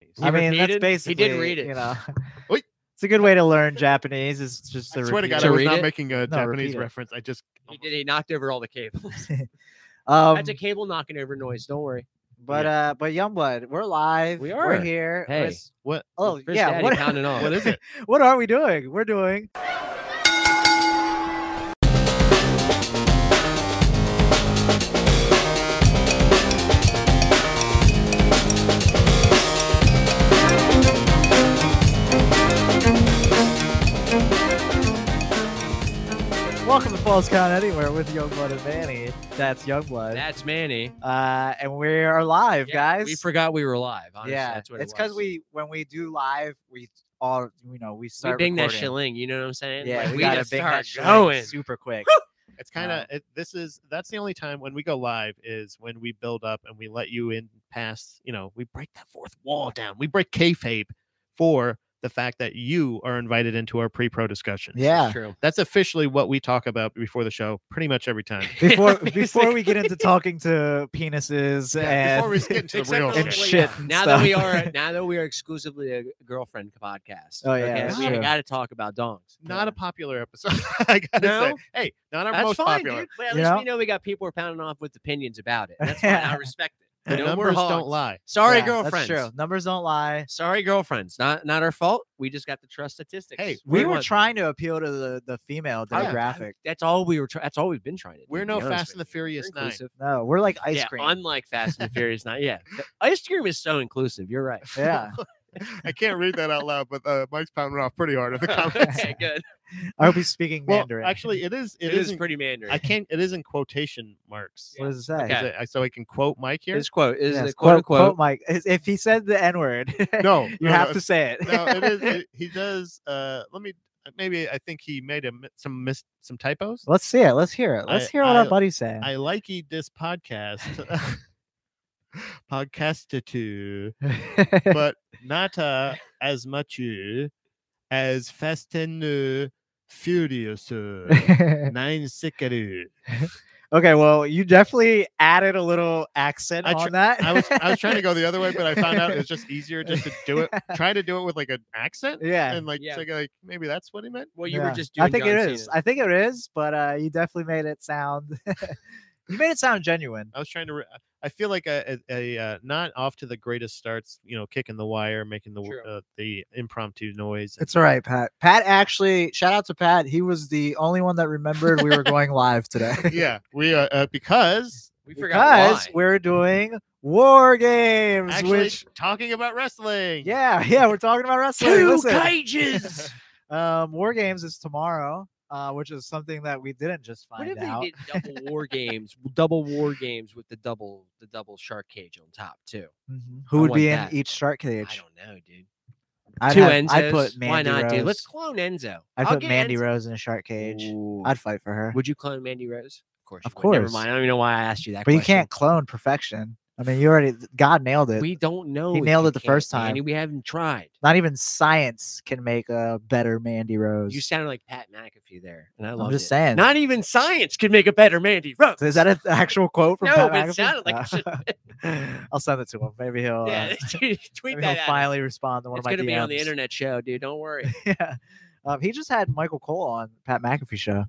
He I mean, repeated- that's he basically did read it. You know, Oi. it's a good way to learn Japanese. Is just I to swear to God, repeat To I it. was read not it? making a No, Japanese repeat it. reference. I just He did. He knocked over all the cables. um, That's a cable knocking over noise. Don't worry. but uh, but Youngblood, we're live. We We're are. here. Hey. Let's- what? Oh Chris yeah. Daddy What, pounding on. What is it? what are we doing? We're doing. Welcome to Falls Count Anywhere with Youngblood and Manny. That's Youngblood. That's Manny. Uh, and we are live, Yeah, guys. we forgot we were live. Honestly, that's what it it's because was. we when we do live, we all you know we we start bing that recording. shilling. You know what I'm saying? Yeah, Like, we, we gotta just bing start that shilling going. super quick. It's kind Um, of it, this is that's the only time when we go live is when we build up and we let you in past. You know, we break that fourth wall down. We break kayfabe for the fact that you are invited into our pre-pro discussion. yeah. True. That's officially what we talk about before the show, pretty much every time. Before before we get into talking to penises Yeah, and before we get into the Except real for and when- shit. shit and Now that we stuff. are now that we are exclusively a girlfriend podcast. Oh, yeah, that's okay? true. we got to talk about dongs. Not a popular episode. I gotta say, No? hey, not our That's most fine, popular. dude. But at You least know? we know we got people who are pounding off with opinions about it. That's fine. I respect it. The No more numbers hogs. don't lie. Sorry, Yeah, girlfriends. That's true. Numbers don't lie. Sorry, girlfriends. Not not our fault. We just got to trust statistics. Hey, We We're were one- trying to appeal to the, the female Oh, Yeah. demographic. That's all we were. Try- that's all we've been trying to do. We're to no be honest Fast and with the you. We're Furious nine. inclusive. No, we're like ice yeah, cream. unlike Fast and the Furious Nine. Yeah, The ice cream is so inclusive. You're right. yeah. I can't read that out loud, but uh, Mike's pounding off pretty hard in the comments. okay, good. I hope he's speaking well, Mandarin. actually, it is. It it is isn't- pretty Mandarin. I can't. It is in quotation marks. what does it say? Okay. Is it- I- so I can quote Mike here. His quote is Yes, a quote quote, unquote. Mike. If if he said the N word, No, you have to say it. No, it is. It, he does. Uh, let me. Maybe I think he made a, mi- some mis, some typos. Let's see it. Let's hear it. Let's I- hear what I- our buddy's saying. I likey this podcast. Podcastitu, but not uh, as much uh, as Fast and uh, Furious uh, Nine Sickeru. okay, well, you definitely added a little accent I tr- on that. I was I was trying to go the other way, but I found out it's just easier just to do it. Try to do it with like an accent, yeah. and like Yeah. so, like maybe that's what he meant. Well, you yeah. were just doing. I think John it is. Cena. I think it is, but uh you definitely made it sound you made it sound genuine. I was trying to. Re- I feel like a, a, a uh, not off to the greatest starts. You know, kicking the wire, making the w- True. uh, the impromptu noise. It's all right, Pat. Pat actually, shout out to Pat. He was the only one that remembered we were going live today. and- yeah, we uh, uh, because we forgot because why. we're doing war games, actually which talking about wrestling. yeah, yeah, we're talking about wrestling. two Listen. cages. Um, War Games is tomorrow, uh, which is something that we didn't just What find if they out. did double war games, double war games with the double the double shark cage on top too? Mhm. Mm-hmm. I Who would want be that. in each shark cage? I don't know, dude. I'd Two have- Enzos. I'd put Mandy Why not, Rose. dude? Let's clone Enzo. I'd I'll put get Mandy Enzo. Rose in a shark cage. Ooh. I'd fight for her. Would you clone Mandy Rose? Of course. Of you would. Never course. mind. I don't even know why I asked you that. but you question. can't clone perfection. I mean, you already God nailed it. We don't know. He if nailed you it the can, first time. Mandy. we haven't tried. Not even science can make a better Mandy Rose. You sounded like Pat McAfee there, and I I'm love just it. saying. Not even science could make a better Mandy Rose. So is that an actual quote from No, Pat but it McAfee? sounded like it should Uh, I'll send it to him. Maybe he'll. yeah, uh, tweet maybe that he'll out. finally respond to one It's of my gonna DMs. be on the internet show, dude. Don't worry. yeah. Um, he just had Michael Cole on Pat McAfee show.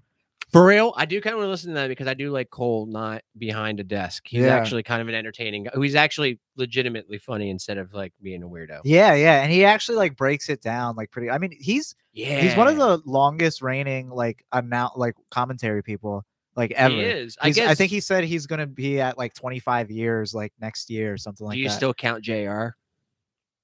For real, I do kind of want to listen to that because I do like Cole not behind a desk. He's Yeah. actually kind of an entertaining guy. He's actually legitimately funny instead of like being a weirdo. Yeah, yeah, and he actually like breaks it down like pretty. I mean, he's Yeah, he's one of the longest reigning like amount like commentary people like ever. He is. I He's- guess. I think he said he's gonna be at like 25 years like next year or something like do you that. still count Jr.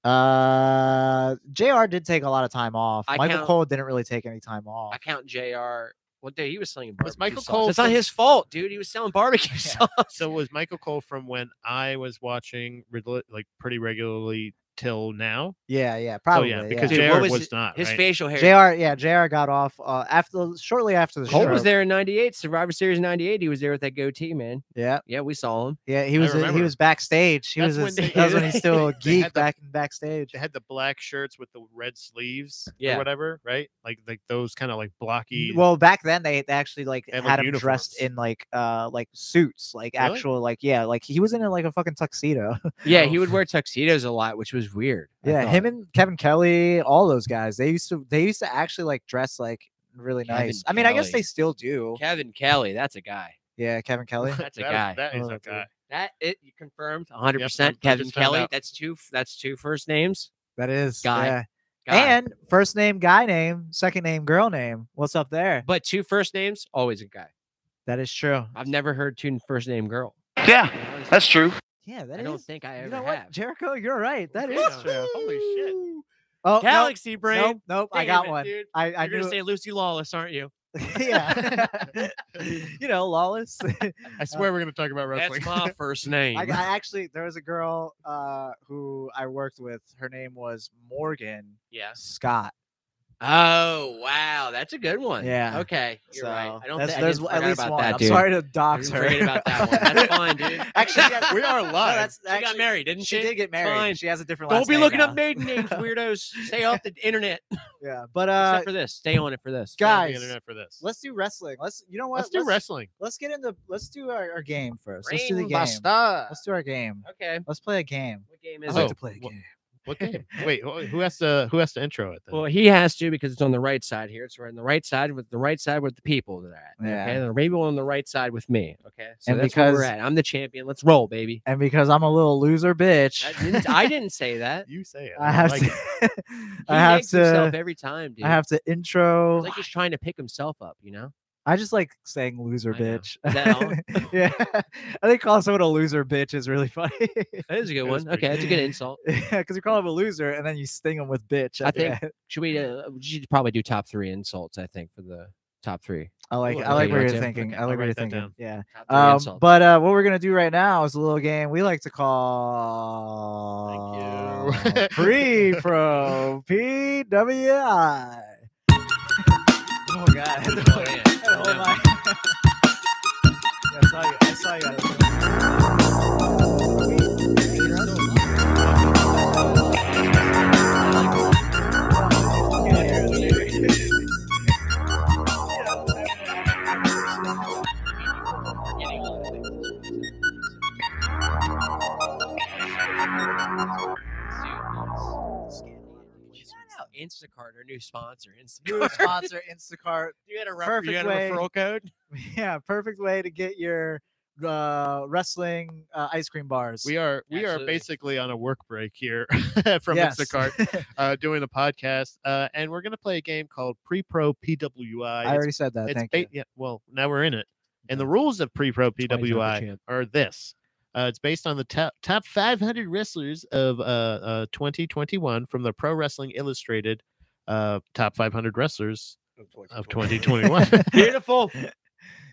uh, Jr. did take a lot of time off. I Michael count- Cole didn't really take any time off. I count Jr. What day he was selling Was barbecue Michael sauce. Cole It's not from- his fault, dude. He was selling barbecue Yeah. sauce. So was Michael Cole from when I was watching rel- like pretty regularly till now? yeah, yeah, probably. so yeah, yeah, because Dude, what Jared was was, it- not. His right? facial hair. Jr. Yeah, Jr. got off uh, after shortly after the Cole show. was there in '98, Survivor Series '98. He was there with that goatee, man. Yeah, Yeah, we saw him. yeah, he I was he remember. was backstage. He That's was when his- they- that was when he's still a they had geek the- back backstage. They had the black shirts with the red sleeves Yeah. or whatever, right? Like like those kind of like blocky. Well, back then they they actually like They had, like, had him dressed uniforms. in like uh like suits, like Really? actual like yeah, like he was in a, like a fucking tuxedo. Yeah, Oh. he would wear tuxedos a lot, which was is weird. I Yeah, thought. him and Kevin Kelly, all those guys. They used to they used to actually like dress like really Kevin nice. I mean, I guess Kelly. they still do. Kevin Kelly. That's a guy. Yeah, Kevin Kelly. That's a That is- guy. that is Oh, a dude. guy. That it you confirmed 100. I percent Kevin just found Kelly. out. That's two. That's two first names. That is Guy. Yeah. God. And first name guy name, second name girl name. What's up there? but two first names always a guy. That is true. I've never heard two first name girl. Yeah, Honestly, that's true. Yeah, I that is. don't think I ever you know have. what, Jericho, you're right. That is Yeah. true. Holy shit. Oh, no, Galaxy brain. nope, nope. I Damn got it, one. Dude. I I You're knew. gonna say Lucy Lawless, aren't you? yeah. you know, lawless. Uh, I swear we're gonna talk about wrestling. That's my first name. I, I actually there was a girl uh, who I worked with. Her name was Morgan yeah. Scott. Oh wow, that's a good one. Yeah. Okay. You're right. So I don't that's- think there's I at least about one. That, I'm dude. sorry to dox didn't her. forget about that one. That's fine, dude. actually, she got- We are no, live. that's, She got actually- married, didn't She she? did get married. Fine. She has a different. Don't last be name looking now. up maiden names, weirdos. Stay off the internet. Yeah, but Except uh, for this. Stay on it for this. Thank the guys, internet for this. let's do wrestling. Let's you know what? Let's do wrestling. Let's get into let's do our, our game first. Let's do the game. Basta. Let's do our game. Okay. Let's play a game. What game I is Oh, like it? to play a wha- game. What game? Wait, who who has to who has to intro it? Then? Well, he has to because it's on the right side here. So we're on the right side with the right side with the people that are at. Yeah. Okay. And maybe on the right side with me. Okay. So And that's where we're because- at. I'm the champion. Let's roll, baby. And because I'm a little loser bitch, That didn't- I didn't say that. you say it. I have like to. it. He I have makes himself to. every time, dude. I have to intro. It's like he's trying to pick himself up, you know? I just like saying loser I know. bitch. Is that all? yeah. I think calling someone a loser bitch is really funny. That is a good That is one. pretty Okay, that's a good. good insult. yeah, because you call them a loser and then you sting them with bitch. I at the think- end. Should we? Uh, we should probably do top three insults. I think for the top three. I like Ooh, I okay, you like what you're want to? thinking. Okay, I I'll like what write you're that thinking. down. Yeah. Top three Um, insults. but uh, what we're gonna do right now is a little game we like to call pre pro PWI. Oh god, I had to Oh, hold- man. I had to hold my- Yeah, I saw you. I saw you. had it. Shout out Instacart, our new sponsor. New Instacart. sponsor Instacart. you had a refer- you perfect had a way. referral code. Yeah, perfect way to get your uh, wrestling uh, ice cream bars. We are we Absolutely. are basically on a work break here from Yes. Instacart uh, doing a podcast, uh, and we're gonna play a game called Pre Pro PWI. I already said that. it's Uh, Thank ba- you. yeah, well now we're in it and the rules of pre-pro pwi are this uh, it's based on the top top 500 wrestlers of uh, uh 2021 from the pro wrestling illustrated uh top 500 wrestlers of 2021 Beautiful.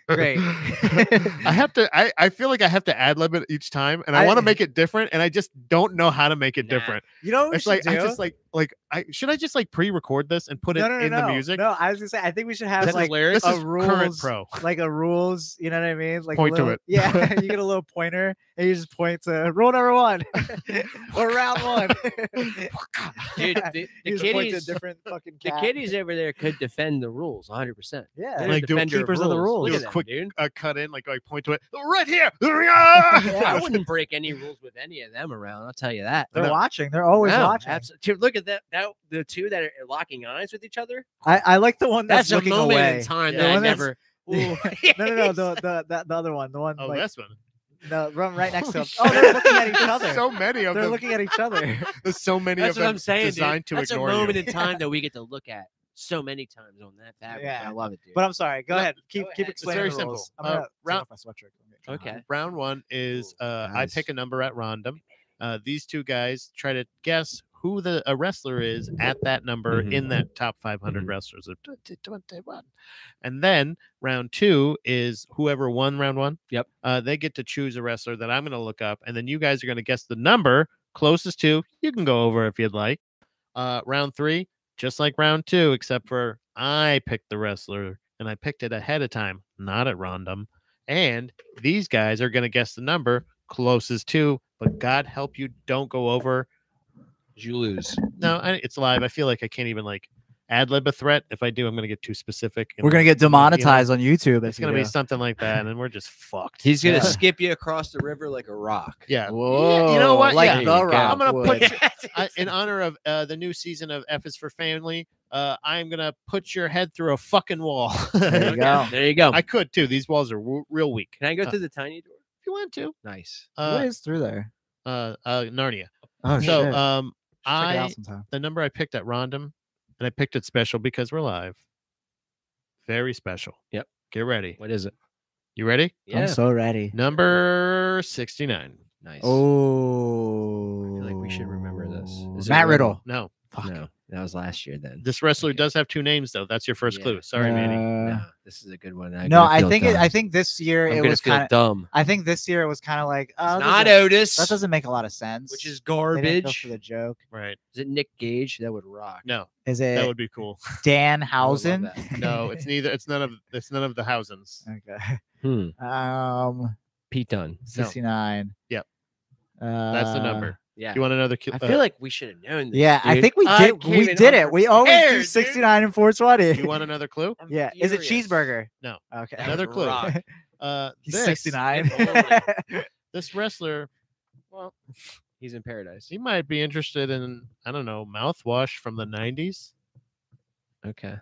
Great. i have to I, I feel like i have to ad lib it each time and i, want I- to make it different and i just don't know how to make it Nah. different You know what we it's should like do? i just like like i should i just like pre-record this and put no, it no, no, in no. the music No, I was gonna say I think we should have That's like hilarious. this a is current rules- pro like a rules. You know what I mean? Like a Point to little- it. Yeah, you get a little pointer and you just point to rule number one or round one. Dude, Yeah, the, the you just point to a kiddies, different fucking the cat. kiddies over there could defend the rules 100. percent Yeah. Like, do a keepers of the rules. Look Do at a them, quick- dude. uh, cut in, like I point to it right here. Yeah, I Yeah. wouldn't break any rules with any of them around. I'll tell you that. They're No. watching. They're always No, watching. abso- dude, look at that, that. The two that are locking eyes with each other. I, I like the one that's, That's, a looking moment away. in time Yeah. that The I one never. that's- No, no, no. The, the, the, the other one. The one Oh, like, this one. the one right next to Holy him. Oh, they're shit. looking at each There's other. So many of they're them. looking at each other. There's so many That's of what them I'm saying. designed dude. to That's ignore a moment you. in time that we get to look at so many times on that fabric. Yeah. I love it, dude. But I'm sorry. Go No, ahead. Keep go keep ahead. It's explaining. very the simple. rules. I'm Uh, gonna take round- off my sweatshirt. I'm gonna get okay. Round one is Ooh, uh, I pick nice. a number at random. Uh, these two guys try to guess who the a wrestler is at that number Mhm. in that top 500 Mhm. wrestlers of 2021. And then round two is whoever won round one. Yep. Uh, they get to choose a wrestler that I'm going to look up, and then you guys are going to guess the number closest to. You can go over if you'd like. Uh, round three, just like round two, except for I picked the wrestler and I picked it ahead of time, not at random. And these guys are going to guess the number closest to, but God help you, don't go over. you lose. No, I, it's live. I feel like I can't even like ad lib a threat. If I do, I'm gonna get too specific. and We're gonna get you know, demonetized on YouTube. it's if gonna you be do. something like that, and we're just fucked. He's gonna Yeah. skip you across the river like a rock. yeah. Whoa, you know what? Like Yeah. the I'm Rock I'm gonna would. put you, I, in honor of uh, the new season of F is for Family. Uh, I'm gonna put your head through a fucking wall. There you go. There you go. I could too. These walls are w- real weak. Can I go Uh, through the tiny door? If you want to, Nice. what uh, is through there? uh, uh, Narnia. Oh so, shit. um, Check it I out sometime. the number I picked at random, and I picked it special because we're live. Very special. Yep. Get ready. What is it? You ready? Yeah. I'm so ready. Number sixty-nine. nice. Oh, like we should remember this. Is it Matt Riddle? Riddle. No, Fuck. No, that was last year then. this wrestler Okay. does have two names though. That's your first Yeah. clue. Sorry, Manny. Uh, no, this is a good one. I'm no, gonna I feel think it, I dumb. think this year I'm it gonna was feel kind of. dumb. I think this year it was kind of like oh, it's that not doesn't- Otis, that doesn't make a lot of sense. which is They didn't go garbage. for the joke. Right? Is it Nick Gage? That would rock. No, Is that it would be cool. Dan I would love Housen? that. No, it's neither. It's none of. It's none of the Housens. okay. Hmm. Um, Pete Dunn. sixty nine. Yep. Uh, That's the number. Yeah. You want another? Cu- I uh, feel like we should have known this. Yeah, I dude. think we I did. came We in did it. We always unprepared, do dude. sixty nine and four twenty. you want another clue? I'm Yeah. Is it furious. cheeseburger? No. Okay. That Another would clue. rock. Uh, He's Oh this- sixty nine. Napoleon. This wrestler, well, He's in paradise. he might be interested in I don't know mouthwash from the '90s. Okay.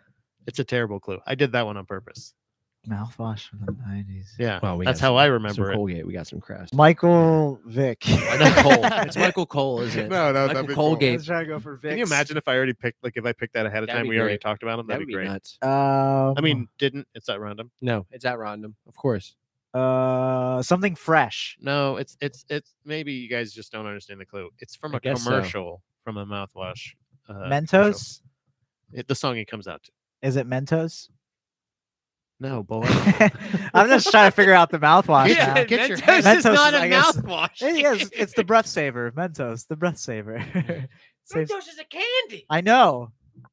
It's a terrible clue. I did that one on purpose. Mouthwash from the nineties. Yeah, Well, we that's got how some- I Some remember it. Colgate. We got some crest. Michael Vick. I know Cole. It's Michael Cole, isn't it? No, no, that'd Michael be cool. Colgate. Let's try to go for Vic. Can you imagine if I already picked like if I picked that ahead of That'd time? be We already great. talked about him. That That'd would be be great. nuts. Um, I mean, didn't it's at random? No, it's at random, of course. uh, something fresh. No, it's it's it's maybe you guys just don't understand the clue. It's from I a guess so. commercial from a mouthwash. Uh, commercial. Mentos. It, the song it comes out to. Is it Mentos? No, boy. I'm just trying to figure out the mouthwash. Yeah, now. get your Mentos head- is Mentos not is, a I guess- mouthwash. It is. It's the breath saver. Mentos, the breath saver. Saves- Mentos is a candy. I know.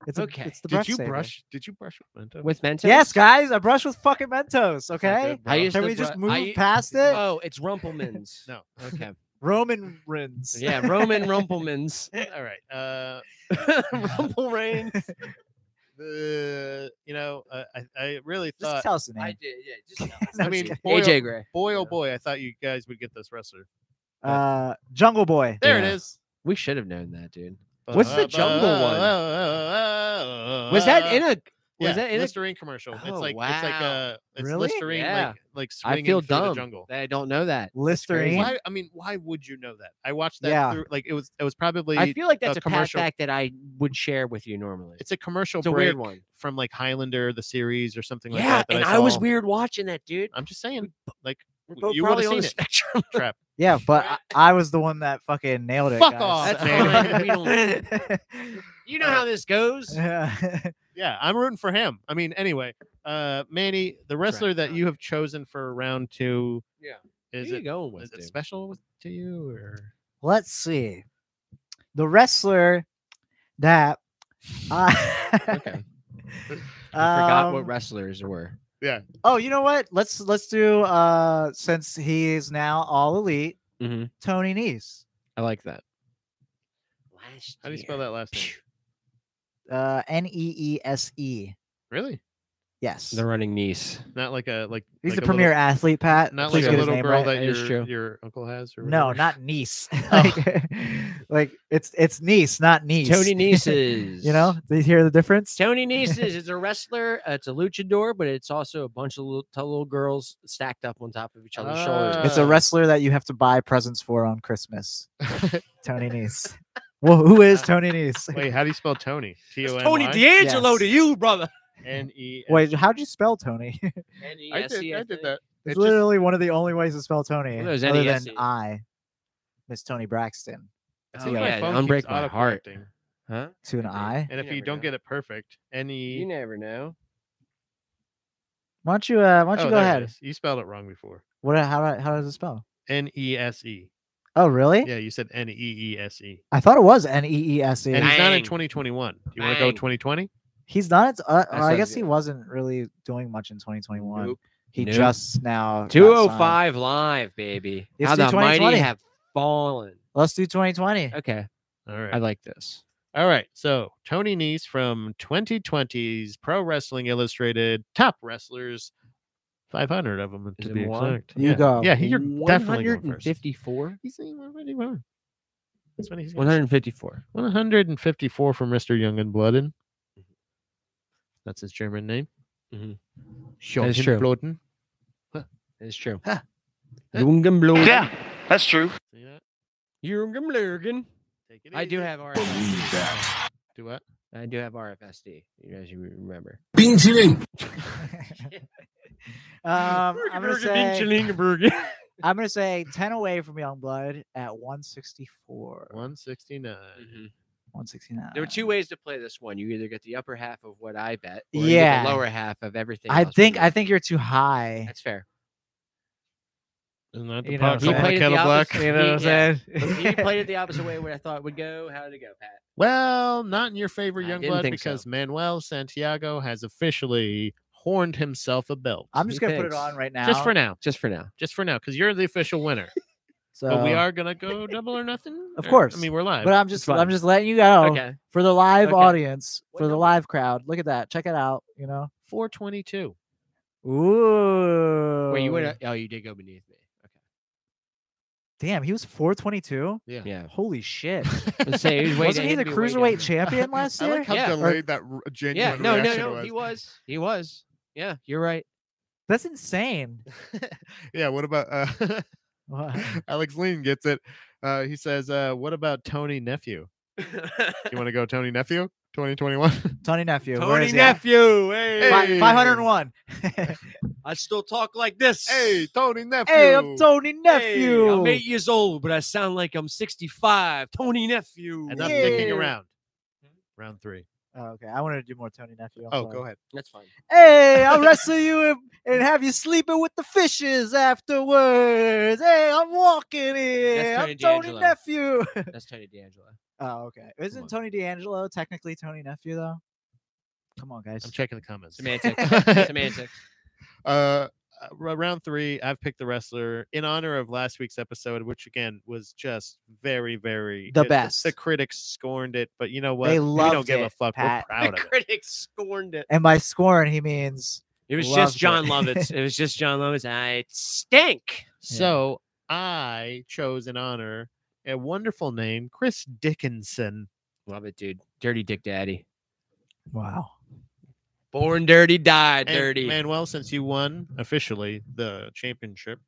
It's a, Okay. It's the breath did you saver. brush? Did you brush with Mentos? With Mentos? Yes, guys, I brush with fucking Mentos. not Okay, good, I bro. used can to we just bru- move I u- past it? uh, Oh, it's Rumpelmans. No. Okay. Roman rins. Yeah, Roman Rumpelmans. All right. Uh, Rumple Rain. the you know uh, I I really Just thought. tell us the name. did, yeah. No, I I'm just uh, mean, kidding. boy, AJ Gray. oh- boy, oh yeah. boy, I thought you guys would get this wrestler. uh, Jungle Boy. There it Yeah. is. We should have known that, dude. What's the Ba- jungle one? ba- Was that in a? Was yeah, that in a? Listerine commercial? It's Oh, like it's like wow. a it's Really? Listerine Yeah. like like I swinging feel through dumb. the jungle. that I don't know that. crazy. Listerine. Why? I mean, why would you know that? I watched that Yeah. through like it was it was probably I feel like that's a a, pat commercial- fact that I would share with you normally. it's a commercial It's a break weird one. from like Highlander the series or something like yeah, that. that and I, was saw. weird watching that, dude. I'm just saying, like We're w- both you would probably have on seen the it. spectrum. Trap. Yeah, but I, I was the one that fucking nailed it. Fuck guys. off, That's man. fine. We You know Uh, how this goes. Yeah. Yeah, I'm rooting for him. I mean, anyway, uh, Manny, the wrestler that you have chosen for round two. Uh-huh. Yeah. is Who you it, going is with? it dude? special with- to you or? Let's see. The wrestler that uh, Okay. I forgot what um, wrestlers were. Oh, you know what? Let's let's do uh since he is now all elite, Mm-hmm. Tony Nese. I like that. Last How do you spell that last name? Uh N E E S E. Really? Yes. The running niece. Not like a like. He's like the a premier Little, athlete, Pat. not Please like get a his little name girl right. that That is your true. your uncle has or No, whatever. not niece. Oh. like, like it's it's niece, not niece. Tony Nieces. you know, do you hear the difference? Tony Nieces is a wrestler. Uh, it's a luchador, but it's also a bunch of little, t- little girls stacked up on top of each other's shoulders. It's a Uh, wrestler that you have to buy presents for on Christmas. Tony Nese. Well, who is Tony Nese? Wait, how do you spell Tony? T It's O N Tony Y? D'Angelo to Yes. you, brother. N E. Wait, how'd you spell Tony? it's I did. I did that. It just- it's literally one of the only ways to spell Tony, Well, there's other than NESE. I. Miss Tony Braxton it Oh, seems yeah, my phone Unbreak keeps My Heart. autocorrecting. Huh? to an I. And if You you never don't know. get it perfect, N E. You never know. Why don't you? Uh, why don't you Oh, go there it ahead? is. You spelled it wrong before. What? How? do I- How does it spell? N E S E. Oh, really? Yeah, you said N E E S E. I thought it was N E E S E. And he's not in Bang. 2021. Do you want to go Bang. 2020? He's not. Uh, That's I what- guess he wasn't really doing much in 2021. Nope. He Nope. just now. got signed. 205 live, baby. Let's How do the mighty 2020. have fallen. Let's do 2020. Okay, All right. I like this. All right. So Tony Nese from 2020's Pro Wrestling Illustrated top wrestlers, 500 of them Is to it be one? exact. You yeah. go. Yeah, he, you're definitely going first. 154. He's saying 151. That's what he's gonna say. 154. 154 from Mr. Youngenbloden. Mm-hmm. That's his German name. Mhm. That's true. Youngenbloden. It's true. Huh. Huh. Jungenblogen. that's true. See that? Jungenblogen. Take it I do easy. have RFSD. Do what? I do have RFSD. You guys should remember. um, I'm gonna say All I'm gonna say ten away from Youngblood at 164, 169. Mm-hmm. There 169. were two ways to play this one. You either get the upper half of what I bet, or Yeah. you get the lower half of everything. I else we think I bet. think you're too high. that's fair. Isn't that the You know, pot he calling played the it kettle the black? opposite. You know what I'm saying? You played it the opposite way where I thought it would go. How did it go, Pat? Well, not in your favor, I young didn't blood, think because so. Manuel Santiago has officially horned himself a belt. I'm He just gonna put it thinks. on right now. just for now. Just for now. Just for now, because you're the official winner. So but we are gonna go double or nothing. Of or- course. I mean, we're live. But I'm just fine. I'm just letting you go okay. for the live Okay. audience, What for the number? live crowd. Look at that. Check it out. You know. 422. Ooh. Wait, you went. Oh, you did go beneath me. Damn, he was 422. Yeah. Okay. Yeah. Holy shit! Let's say he was way Wasn't he down- the he'd be way down cruiserweight there. champion last I year? like how Yeah, or- delayed that r- Yeah. genuine No. No. reaction No. was. He was. He was. Yeah. You're right. That's insane. Yeah, what about uh, Wow. Alex Lean gets it. Uh, he says, uh, "What about Tony Nephew? You want to go Tony Nephew 2021? Tony nephew. where Tony is he at? nephew. Hey. Fi- 501. I still talk like this. hey, Tony Nephew. hey, I'm Tony nephew. Hey, I'm eight years old, but I sound like I'm 65. Tony nephew. Enough dicking Yeah. around. Round three. Oh, okay, I wanted to do more Tony nephew. I'm Oh, sorry. go ahead. That's fine. Hey, I'll wrestle you and, and have you sleeping with the fishes afterwards. Hey, I'm walking here. I'm Tony Tony D'Angelo. nephew. That's Tony D'Angelo. Oh, okay. on. Isn't Tony D'Angelo technically Tony nephew though? Come on, guys. I'm checking the comments. Semantics. Semantics. uh, r- round three, I've picked the wrestler in honor of last week's episode, which again was just very, very The it- The best. critics scorned it, but you know what? They we don't loved give a it, fuck. Pat. The We're proud of it. critics scorned it. and by scorn, he means It was Loved just it. John Lovitz. It was just John Lovitz. I stink. So I chose in honor a wonderful name, Chris Dickinson. Love it, dude. Dirty Dick Daddy. wow. Born dirty, died And dirty. Manuel, since you won officially the championship,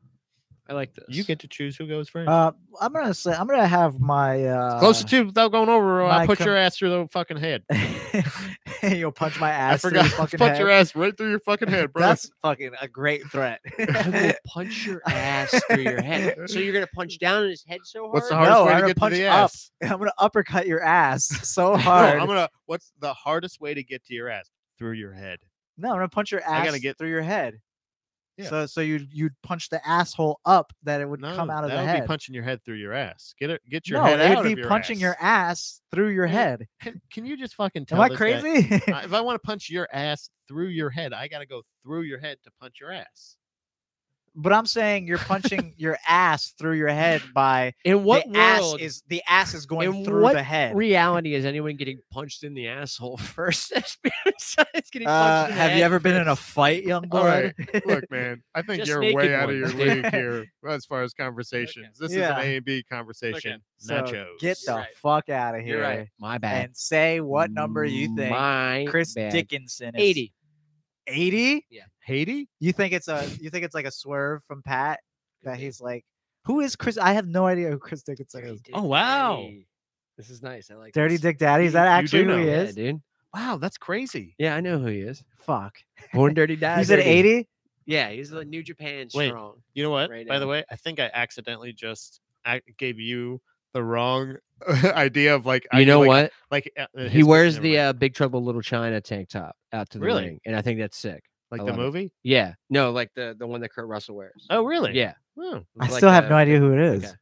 I like this. you get to choose who goes first. Uh, I'm gonna say I'm gonna have my uh, Closer to without going over, or I'll my put com- your ass through the fucking head. uh, You'll punch my I ass. through forgot. Your fucking Punch head. your ass right through your fucking head, bro. That's fucking a great threat. I will punch your ass through your head. So you're gonna punch down in his head so hard. What's the hard- hardest No, way I'm to gonna get punch to the up ass? I'm gonna uppercut your ass so No, hard. I'm gonna. What's the hardest way to get to your ass? Through your head. No, I'm gonna punch your ass gotta get- through your head. Yeah. So so you you'd punch the asshole up that it would No, come out of that the would head. be punching your head through your ass. Get it. Get your no, head it out would be of your punching ass. your ass through your Yeah. head. Can, can you just fucking Am tell? I this guy- crazy? I- if I want to punch your ass through your head, I gotta go through your head to punch your ass. but I'm saying you're punching your ass through your head by in what the world ass is the ass is going in through what the head. reality is anyone getting punched in the asshole first? That's been- it's getting punched Uh, in the have head you ever been in a first. fight, young All blood? right, Look, man, I think Just you're naked way out of your ones, league dude. here as far as conversations. This Yeah. is an A and B conversation. So Nachos. Get the You're right. fuck out of You're here right. My bad. and say what number you think My Chris bad. Dickinson is. Eighty. 80? Haiti? You think it's a you think it's like a swerve from Pat that he's like, who is Chris? I have no idea who Chris Dickinson Dirty is. Dick Oh, wow. Daddy. This is nice. I like Dirty this. Dick Daddy? Is that You- you do actually who know. he Yeah, is? dude. Wow, that's crazy. Yeah, I know who he is. Fuck. Born dirty, died. He's at dirty. 80. Yeah, he's the New Japan Wait. strong. You know what? Right By the now. way, I think I accidentally just I gave you. The wrong idea of like. I You know like, what? Like uh, uh, He his- wears never the mind. uh, Big Trouble Little China tank top out to the Really? ring, and I think that's sick. I like the love it. movie. Yeah, no, like the the one that Kurt Russell wears. Oh, really? Yeah, Oh. I Like uh, still have the- no idea who it is. okay.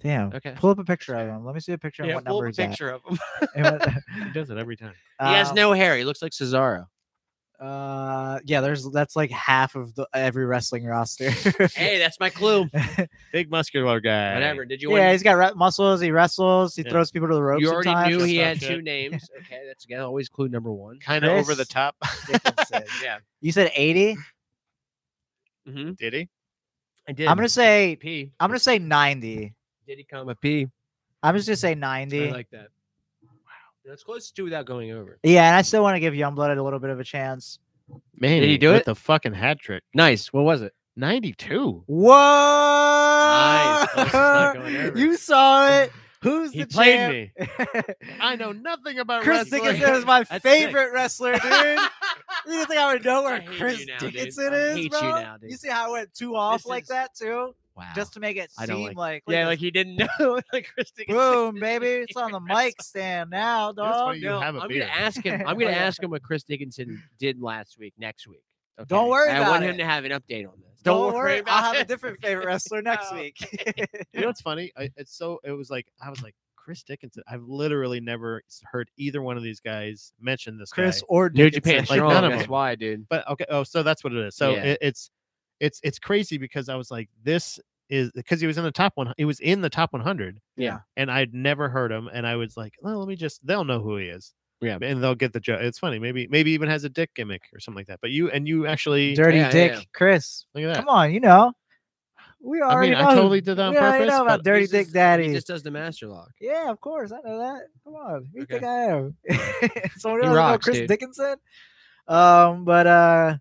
Damn. Okay. Pull up a picture of him. Let me see a picture of yeah, what pull up number a he's at. picture of him. And what- He does it every time. he has Um, no hair. He looks like Cesaro. Uh, yeah, there's that's like half of the, every wrestling roster. Hey, that's my clue. Big muscular guy. Whatever. Did you? yeah, win? he's got re- muscles. He wrestles. He Yeah. throws people to the ropes. You already sometimes. knew and he stuff, had yeah. two names. Okay, that's again always clue number one. Kind of over the Chris. top. Dickinson. Yeah. You said 80. Mm-hmm. Did he? I did. I'm gonna say P. I'm gonna say 90. Did he come a P? I'm just gonna say I 90. like that. Wow, that's close to without going over. yeah, and I still want to give Youngblood a little bit of a chance. Man, he do with it? The fucking hat trick. Nice. What was it? 92. Whoa! Well, this is not going over. you saw it. Who's He the played champ? me. I know nothing about Chris wrestling. Dickinson is my That's sick. favorite wrestler, dude. you didn't think I would know where I hate you Chris now, dude. Dickinson I is, hate you bro? now, dude. see how I went two off This like is- that too, Wow. just to make it I don't seem like- like, yeah, like look he didn't know. like Chris at this. Dickinson boom, is baby, his it's on the favorite mic stand now, dog. funny you No, have a I'm beard. gonna ask him. I'm gonna Oh, yeah. ask him what Chris Dickinson did last week, next week. Don't worry I about want him it. to have an update on this. Don't, worry, about I'll have a it. different favorite wrestler next Oh. week. you know what's funny? I, it's so it was like I was like Chris Dickinson. I've literally never s- heard either one of these guys mention this Chris guy. or New Dickinson. Japan like, Strong. none of that's them. why, dude. But okay, oh, so that's what it is. So Yeah. it, it's it's it's crazy because I was like, this is because he was in the top one. He was in the top 100. Yeah. and I'd never heard him, and I was like, well, let me just. They'll know who he is. Yeah. and they'll get the joke. It's funny. Maybe maybe even has a dick gimmick or something like that. But you and you actually Dirty Yeah, yeah, Dick yeah. Chris. look at that. Come on, you know. We I already mean, know. I totally did that on we already purpose. know but about Dirty He's Dick just- Daddy. He just does the master lock. Yeah, of course. I know that. Come on. You think Okay. I am? Someone He else know rocks, Chris dude. Dickinson? Um, but uh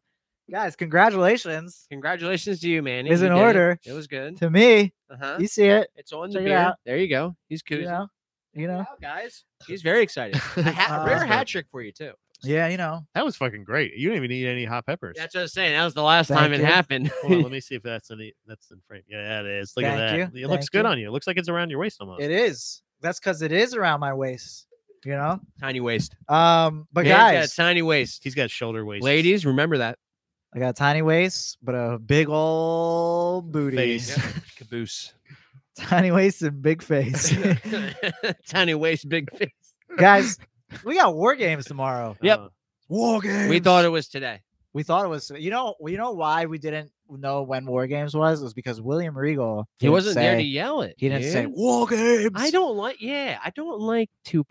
guys, congratulations Congratulations to you, man. Is You in did it. order. It. was good. to me. Uh huh. You see it. It's on the check it beer. out. There you go. He's cool. You know? You know? guys. He's very excited. A, ha- a Uh, rare hat trick for you too. Yeah, you know. that was fucking great. You didn't even eat any hot peppers. That's what I was saying. That was the last Thank time it you. happened. Hold on, let me see if that's in the- that's in frame. Yeah, it is. Look at Thank that. you, It looks thank good you. on you. It looks like it's around your waist almost. It is. That's because it is around my waist. You know? tiny waist. Um, but Man's got a guys, tiny waist. He's got shoulder waist. Ladies, remember that I got a tiny waist, but a big old booty. Face. caboose. Tiny waist and big face. tiny waist, big face. guys, we got war games tomorrow. Yep. Uh, War games. We thought it was today. We thought it was. You know. You know why we didn't know when War Games was? It was because William Regal. He didn't wasn't there say- to yell it. He didn't say dude. War Games. I don't like. Yeah, I don't like 2.0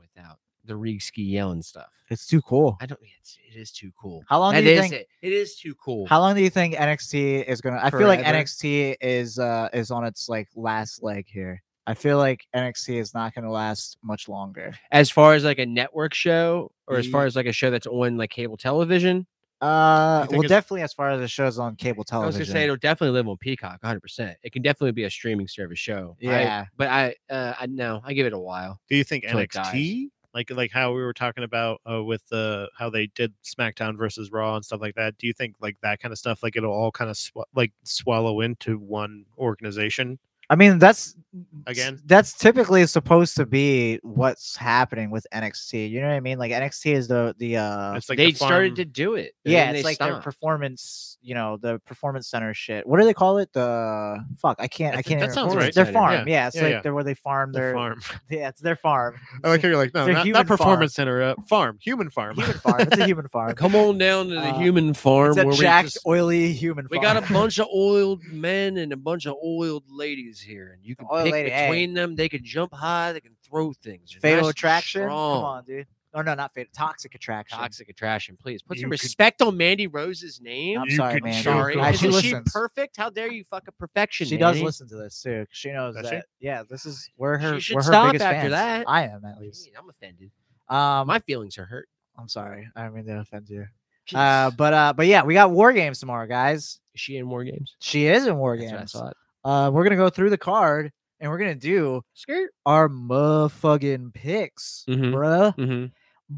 without the Rigski yelling stuff. It's too cool. I don't. It's, it is too cool. How long That do you is think? it. It is too cool. How long do you think NXT is gonna? I feel like Forever. NXT is uh is on its like last leg here. I feel like NXT is not gonna last much longer. as far as like a network show, or as Ye- far as like a show that's on like cable television, Uh, think well, it's- definitely as far as the shows on I cable was television. gonna say it'll definitely live on Peacock, 100. percent It can definitely be a streaming service show. I- Yeah. but I, uh, I no, I give it a while. do you think Till it dies. NXT? Like like how we were talking about uh, with the how they did SmackDown versus Raw and stuff like that. Do you think like that kind of stuff like it'll all kind of sw- like swallow into one organization? I mean, that's Again? That's typically supposed to be what's happening with NXT. You know what I mean? Like NXT is the the uh It's like they the started farm- to do it. and yeah, then it's they like their stopped. performance, you know, the performance center shit. What do they call it? The fuck, I can't, I I can't. think that even sounds remember. right. It's their Center, farm. Yeah, it's Yeah, like yeah. they're where they farm the their. farm. Yeah, it's their farm. I like how you're like, no, They're not, human not farm. performance center, uh, farm, human farm. human farm. It's a human farm. Come on down to the Uh, human farm It's a where jacked, we just, oily human. we farm. got a bunch of oiled men and a bunch of oiled ladies here, and you can Oiled pick lady, hey. between them. They can jump high. They can throw things. They're nice fatal and attraction. Come strong. on, dude. Oh no, not fatal. Toxic attraction. Toxic attraction, please put You some could- respect on Mandy Rose's name. I'm You sorry, could man. choke Sorry, her. Glad I- she isn't she listens. perfect? How dare you fuck a perfection? She does Mandy. listen to this too. 'cause She knows Does she? that. Yeah, this is we're her. should we're her stop biggest after fans. that. I am at Jeez, least. I'm offended. Oh, Um, My feelings are hurt. I'm sorry. I didn't mean to offend you. Uh, Jeez. but uh, but yeah, we got war games tomorrow, guys. Is she in more games? She is in war That's what I games. thought. Uh, we're gonna go through the card and we're gonna do Skirt. our motherfucking picks, Mhm. bruh. Mm-hmm.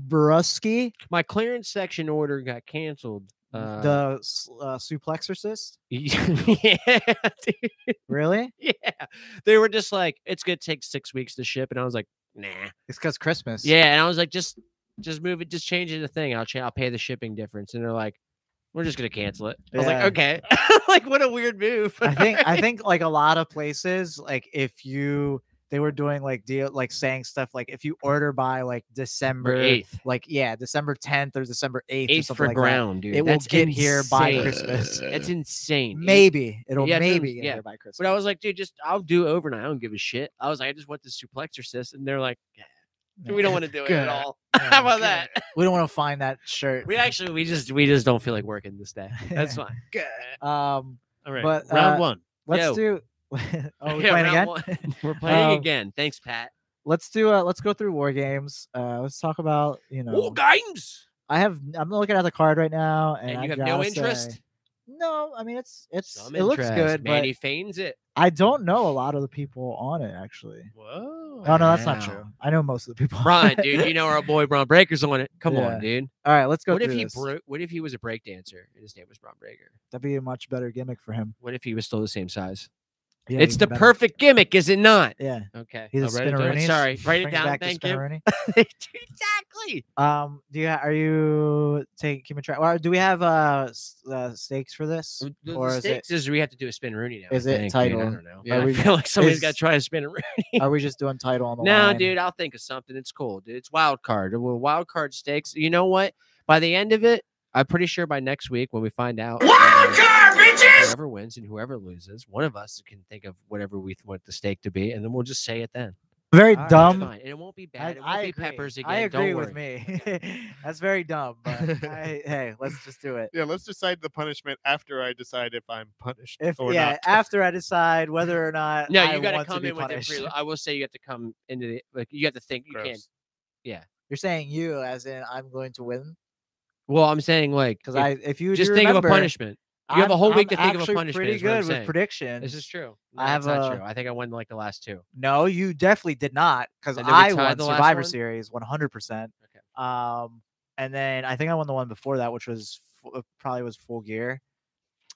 Brusky, My clearance section order got canceled. Uh, the s- uh, suplexorcist. yeah, dude, Really? yeah. They were just like, it's gonna take six weeks to ship, and I was like, nah. It's because Christmas. Yeah, and I was like, just, just move it, just change it to thing. I'll, cha- I'll pay the shipping difference. And they're like, we're just gonna cancel it. I was Yeah. like, okay. like, what a weird move. I think I think like a lot of places, like if you they were doing like deal like saying stuff like if you order by like December eighth, like yeah, December 10th or December 8th, or eighth something for like ground, dude. It will That's get here by insane. Christmas. That's Uh, that. insane. Eight- Maybe it'll Yeah, it doesn't- maybe get yeah. here by Christmas. But I was like, dude, just I'll do overnight. I don't give a shit. I was like, I just want the suplexorcist, and they're like, Yeah. we don't want to do it God. at all. Yeah. How about that? we don't want to find that shirt. We actually, we just, we just don't feel like working this day. That's fine. Um, All right, But, round uh, one. let's Yo. do. oh, Yeah, we're playing round again. one. We're playing Um, again. Thanks, Pat. Let's do. Uh, let's go through war games. Uh, let's talk about you know. War games, I have. I'm looking at the card right now, and, and I you have no gotta interest. say- no, I mean it's it's Some it looks interest. good, Man, but he feigns it. I don't know a lot of the people on it actually. Whoa. Oh no, that's not Wow. true. I know most of the people. on Brian, it. dude, you know our boy Braun Breaker's on it. Come Yeah. on, dude. All right, let's go. What if through he this. bro- what if he was a break dancer and his name was Braun Breaker? That'd be a much better gimmick for him. What if he was still the same size? Yeah, it's even the better. perfect gimmick, is it not? Yeah, Okay. Oh, he's a I'll write it down. spinneroonie. Sorry, write it Bring down, back the thank you. spinneroonie. exactly. Um, do you ha- are you taking keeping track? Or do we have uh, s- uh stakes for this? The, the Or is it- stakes is we have to do a spin Rooney now. is I it think, dude, I title? don't know. Yeah. I we- feel like somebody's got to is- try to spin a Rooney. Are we just doing title on the No, line? dude, I'll think of something. It's cool, dude. It's wild card. uh, Well, wild card stakes. You know what? By the end of it, I'm pretty sure by next week when we find out uh, whoever wins and whoever loses, one of us can think of whatever we th- want the stake to be, and then we'll just say it then. Very It's dumb. fine, And it won't be bad. it won't be agree. peppers again. I Don't agree with worry. me. That's very dumb. But I, hey, let's just do it. yeah, let's decide the punishment after I decide if I'm punished If or yeah, not. after I decide whether or not No, I you got to want come be in with it. punished. Pre- I will say you have to come into the like. You have to think. You can't. Gross. You're saying you, as in I'm going to win, Well, I'm saying like because if- I if you just do think remember, of a punishment. you have a whole I'm- week I'm to think of a actually punishment Pretty is what I'm good with saying. predictions. This is true. I have that's not a- true. I think I won like the last two. No, you definitely did not because And then we I tied won the last Survivor one? Series 100%. Okay. Um, and then I think I won the one before that, which was fu- uh, probably was Full Gear.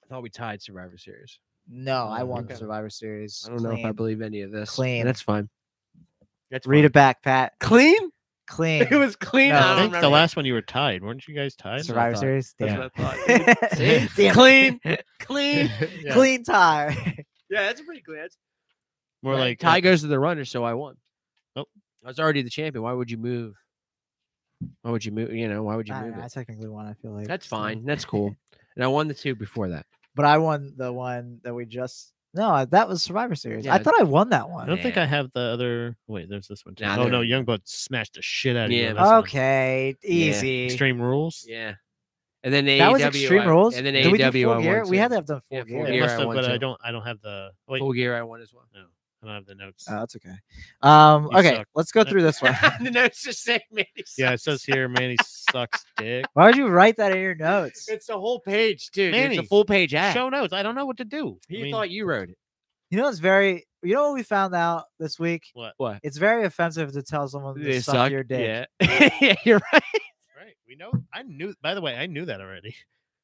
I thought we tied Survivor Series. No, I Oh, won okay. Survivor Series. I don't know if I clean. believe any of this. Clean. That's fine. That's Read it back, Pat. Clean. Clean. It was clean. No, I I don't I think the remember. last one you were tied. Weren't you guys tied? That's what I Survivor thought. Series. That's Damn. what I thought. dude. Damn it. Clean. Clean. Yeah, Clean tire. Yeah, that's pretty clean. That's More Right, like uh, tie goes to the runner, so I won. Oh. I was already the champion. Why would you move? Why would you move? You know, why would you I, move don't know, I it? technically won, I feel like. That's so- fine. That's cool. And I won the two before that. But I won the one that we just. No, uh, that was Survivor Series. I Yeah. thought I won that I one. don't think I have the other. Wait, there's this one too. Nah, oh there- no, Youngblood smashed the shit out of you. Yeah, on this one. Okay, easy. Extreme Rules. Yeah. And then AEW, That was Extreme I- Rules. E uh, And then Did we do AEW, Full I Gear? won. We too. had to have done Full Yeah, Full Gear. Gear. It Here must I have, won but I too. don't. I don't have the. Wait, Full gear, I won as well. I don't have the notes. Oh, that's okay. Um, You okay, suck. let's go through this one. the notes just say Manny. yeah, it sucks. says here Manny sucks dick. Why would you write that in your notes? It's the whole page, dude. it's Manny, a full page ad. Show notes. I don't know what to do. he I mean, thought you wrote it. You know, it's very. You know what we found out this week? What? It's very offensive to tell someone to suck, your dick. Yeah. yeah, you're right. right. We know. I knew. By the way, I knew that already.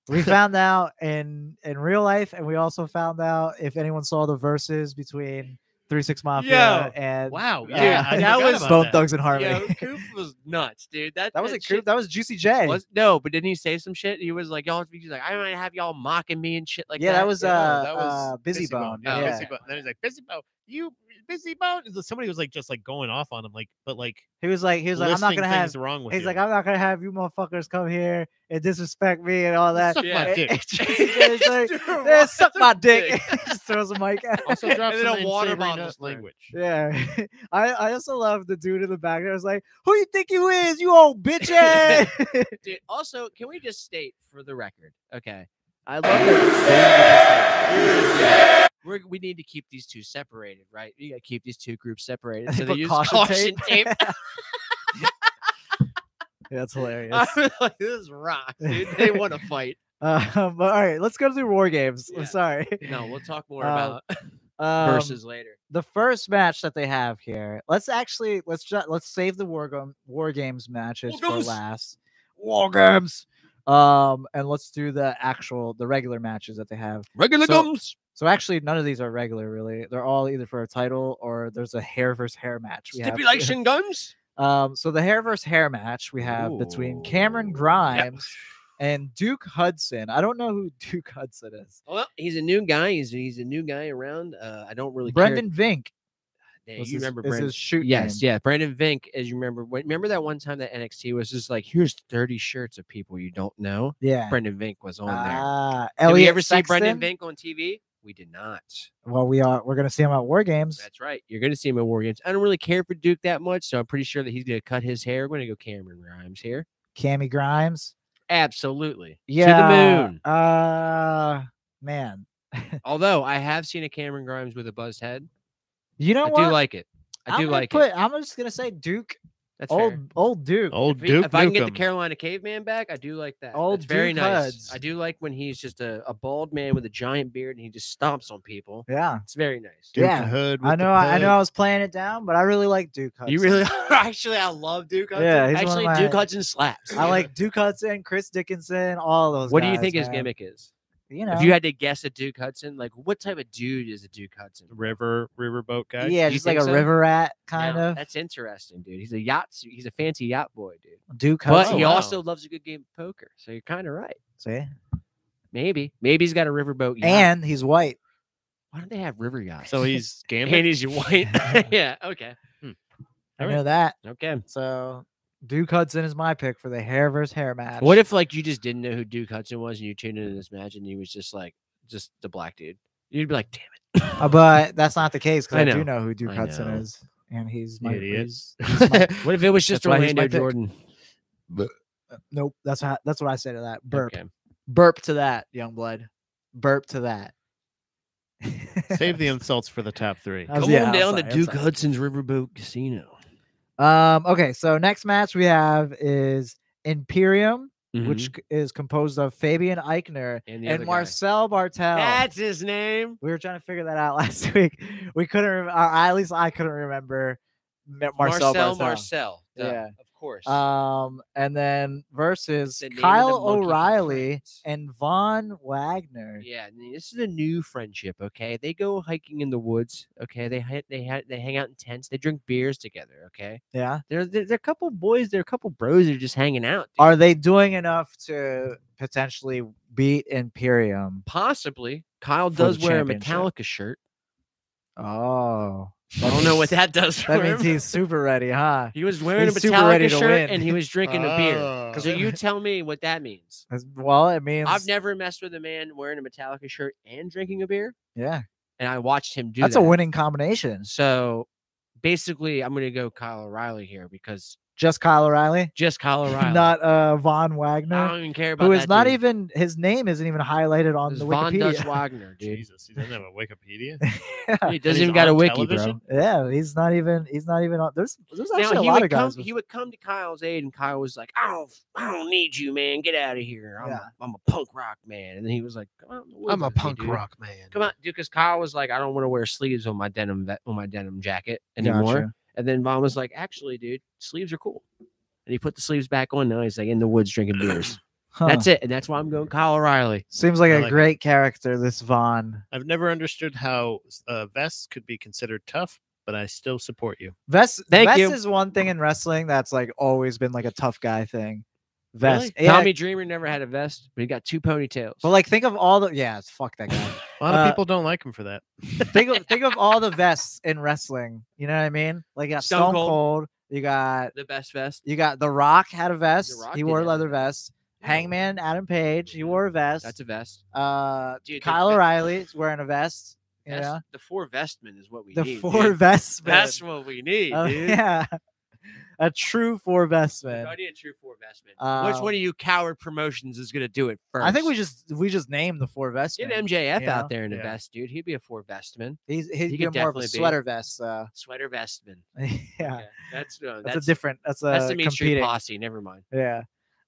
We found out in in real life, and we also found out if anyone saw the verses between Three Six Mafia and Wow. Yeah, Yeah, I that forgot was- about Bone that. Thugs and Harmony. Yo, Coop was nuts, dude. That that wasn't shit Coop. That was Juicy J. Was, no, but didn't he say some shit? He was like, "Y'all," he's like, "I might have y'all mocking me and shit like yeah, that." that was Yeah. uh, that was uh Busy Bone. Yeah, yeah. Busy Bone. Then he's like, Busy Bone, you Busy Bone. And Somebody was like, just like going off on him, like, but like, He was like, he was like, I'm not listing gonna have things wrong with He's you. like, I'm not gonna have you motherfuckers come here and disrespect me and all that. Suck Yeah. my dick. He's like, Just threw a "Yeah, wa- suck my dick. dick. Just throws a mic at. him. also drops then a some water water bottle nut just there. language. Yeah, I, I also love the dude in the back. I was like, "Who you think you is, you old bitch ass?" Dude, also, can we just state for the record? Okay. I love that. We're, we need to keep these two separated, right? You got to keep these two groups separated. So they Put use caution caution, tape. tape. Yeah, That's hilarious. I was like, this rocks, dude. They want to fight. um, but all right, let's go through war games. I'm Yeah. sorry. No, we'll talk more Um, about Um, versus later. the first match that they have here. Let's actually let's just let's save the war game war games matches for games. last. War games. Um, and let's do the actual the regular matches that they have. Regular so- gums. So actually, none of these are regular really. They're all either for a title or there's a hair versus hair match. we have. Stipulation gums. Um, so the hair versus hair match we have between Cameron Grimes and Duke Hudson. I don't know who Duke Hudson is. Well, he's a new guy. He's, he's a new guy around. Uh, I don't really care. Brendan Vink. day. What's you his- remember is Brandon? his shoot Yes, name? yeah. Brandon Vink, as you remember, when- remember that one time that NXT was just like, here's 30 shirts of people you don't know. Yeah. Brendan Vink was on there. Ah, Did we Elliot ever see Brendan Sexton? Vink on TV? We did not. Well, we are. We're gonna see him at War Games. That's right. You're gonna see him in War Games. I don't really care for Duke that much, so I'm pretty sure that he's gonna cut his hair. We're gonna go Cameron Grimes here. Cammy Grimes. Absolutely. Yeah. To the moon. Uh, man. Although I have seen a Cameron Grimes with a buzzed head. You know I what? do like it. I I'm do gonna like put, it. I'm just gonna say Duke. That's old, fair. old Duke. Old If, we- Duke if I can get the Nukem. Carolina caveman back, I do like that. Old That's very Duke nice. Huds. I do like when he's just a, a bald man with a giant beard and he just stomps on people. Yeah. It's very nice. Duke Yeah. Hood I with the know. I, I know. Hood. I was playing it down, but I really like Duke. Hudson. You really actually I love Duke Hudson. Yeah, he's one of actually my- Duke Hudson slaps. I like Duke Hudson, Chris Dickinson, all those. what do you guys, think his man. gimmick is? You know. If you had to guess a Duke Hudson, like what type of dude is a Duke Hudson? river riverboat guy. yeah, you just like a think so? river rat kind Now, of. That's interesting, dude. He's a yacht. su- He's a fancy yacht boy, dude. Duke But Hudson. he wow. also loves a good game of poker. So you're kind of right. See? Maybe, maybe he's got a riverboat yacht. And he's white. why don't they have river yachts? So he's and gambling. he's white. yeah. Okay. I All know right. that. Okay. So Duke Hudson is my pick for the hair versus hair match. What if like you just didn't know who Duke Hudson was and you tuned into this match and he was just like just the black dude? You'd be like, damn Uh, but that's not the case because I I, do know, know who Duke I Hudson know. is, and he's my Idiot. he's- it. What if it was just That's why he's my Orlando Jordan? pick. uh, nope, that's how, that's what I say to that. Burp, Okay. burp to that, young blood. Burp to that. Save the insults for the top three. I was- Come yeah, I on was down to like- I was Duke like- Hudson's Riverboat Casino, Um. Okay. So next match we have is Imperium, which which c- is composed of Fabian Eichner Mm-hmm. and, the other and guy. Marcel Bartel. That's his name. we were trying to figure that out last week. We couldn't. Rem- or at least I couldn't remember Ma- Marcel Marcel Bartel. Marcel. duh, Yeah. of course. Um, and then versus The name of the Kyle monkey from O'Reilly France. and Von Wagner. Yeah, n- this is a new friendship. Okay, they go hiking in the woods. Okay, they hi- they ha- they hang out in tents. They drink beers together. Okay, Yeah. they're they're, they're a couple boys. They're a couple bros. They're just hanging out. dude. Are they doing enough to potentially beat Imperium? Possibly, Kyle For the does wear a championship. Metallica shirt. Oh, I don't know what that does for that means him. he's super ready, huh? He was wearing he's a super ready Metallica to shirt win. Oh. and he was drinking a beer. Uh, Ah. So you tell me what that means. As- Well, it means I've never messed with a man wearing a Metallica shirt and drinking a beer, Yeah, and I watched him do that's that. a winning combination. So basically, I'm going to go Kyle O'Reilly here because Just Kyle O'Reilly, just Kyle O'Reilly. not uh Von I Wagner, don't even care about who is that not dude. even his name isn't even highlighted on This the Von Dutch Wikipedia. Wagner, dude. Jesus, he doesn't have a Wikipedia. He doesn't he's even got a on wiki, television? yeah, he's not even. He's not even on. There's there's bro. actually Now a he lot of would come. guys. with- He would come to Kyle's aid, and Kyle was like, "I don't, I don't need you, man. Get out of here. I'm, Yeah. a, I'm a punk rock man." And then he was like, "Come on, I'm a punk rock man. Come on, dude." Because Kyle was like, "I don't want to wear sleeves on my denim ve- on my denim jacket anymore." Gotcha. And then Von was like, "Actually, dude, sleeves are cool." And he put the sleeves back on. Now he's like in the woods drinking beers. Huh. That's it, and that's why I'm going Kyle O'Reilly. Seems like I a like it. great character, this Vaughn. I've never understood how uh, vests could be considered tough, but I still support you. Vest, Thank vest you. is one thing in wrestling that's like always been like a tough guy thing. Vest. Really? Yeah, Tommy Dreamer never had a vest, but he got two ponytails. But like think of all the yeah, fuck that guy. A lot of Uh, people don't like him for that. think of think of all the vests in wrestling. You know what I mean? Like you got Stone Stone, Cold. Cold. you got the best vest. you got The Rock had a vest. Rock He did wore a have a leather vest. Hangman Adam Page, he wore a vest. That's a vest. uh Dude, the Kyle ve- O'Reilly is wearing a vest. You That's- know? The four vestmen is what we The need. four dude. vests. That's what we need, Oh, dude. yeah. A true four vestman. I need a true four vestmen. Which Um, one of you coward promotions is gonna do it first? I think we just we just named the four vestmen. get MJF you know? out there in a Yeah. vest, dude. He'd be a four vestman, He's he'd He be could more of a definitely be. sweater vest, so sweater vestman. yeah. Okay, That's no, That's, that's a different that's a that's the mean street competing. posse. Never mind. Yeah.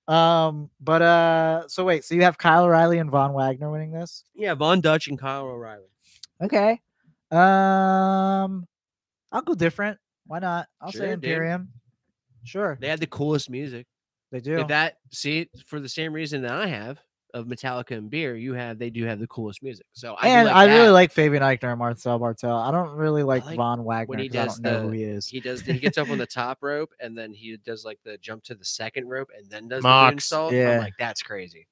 Um, but uh so wait, so you have Kyle O'Reilly and Von Wagner winning this? Yeah, Von Dutch and Kyle O'Reilly. Okay. Um I'll go different. Why not? I'll Sure, say dude. Imperium. Sure. They had the coolest music. They If do. That see for the same reason that I have of Metallica and beer. You have they do have the coolest music. So I do and like I really that. like Fabian Eichner and Marcel Bartel. I don't really like, like Von Wagner he 'cause I does don't know who the- he is. He does. The, he gets up on the top rope, and then he does like the jump to the second rope, and then does Mox, the moonsault. yeah. I'm like, that's crazy.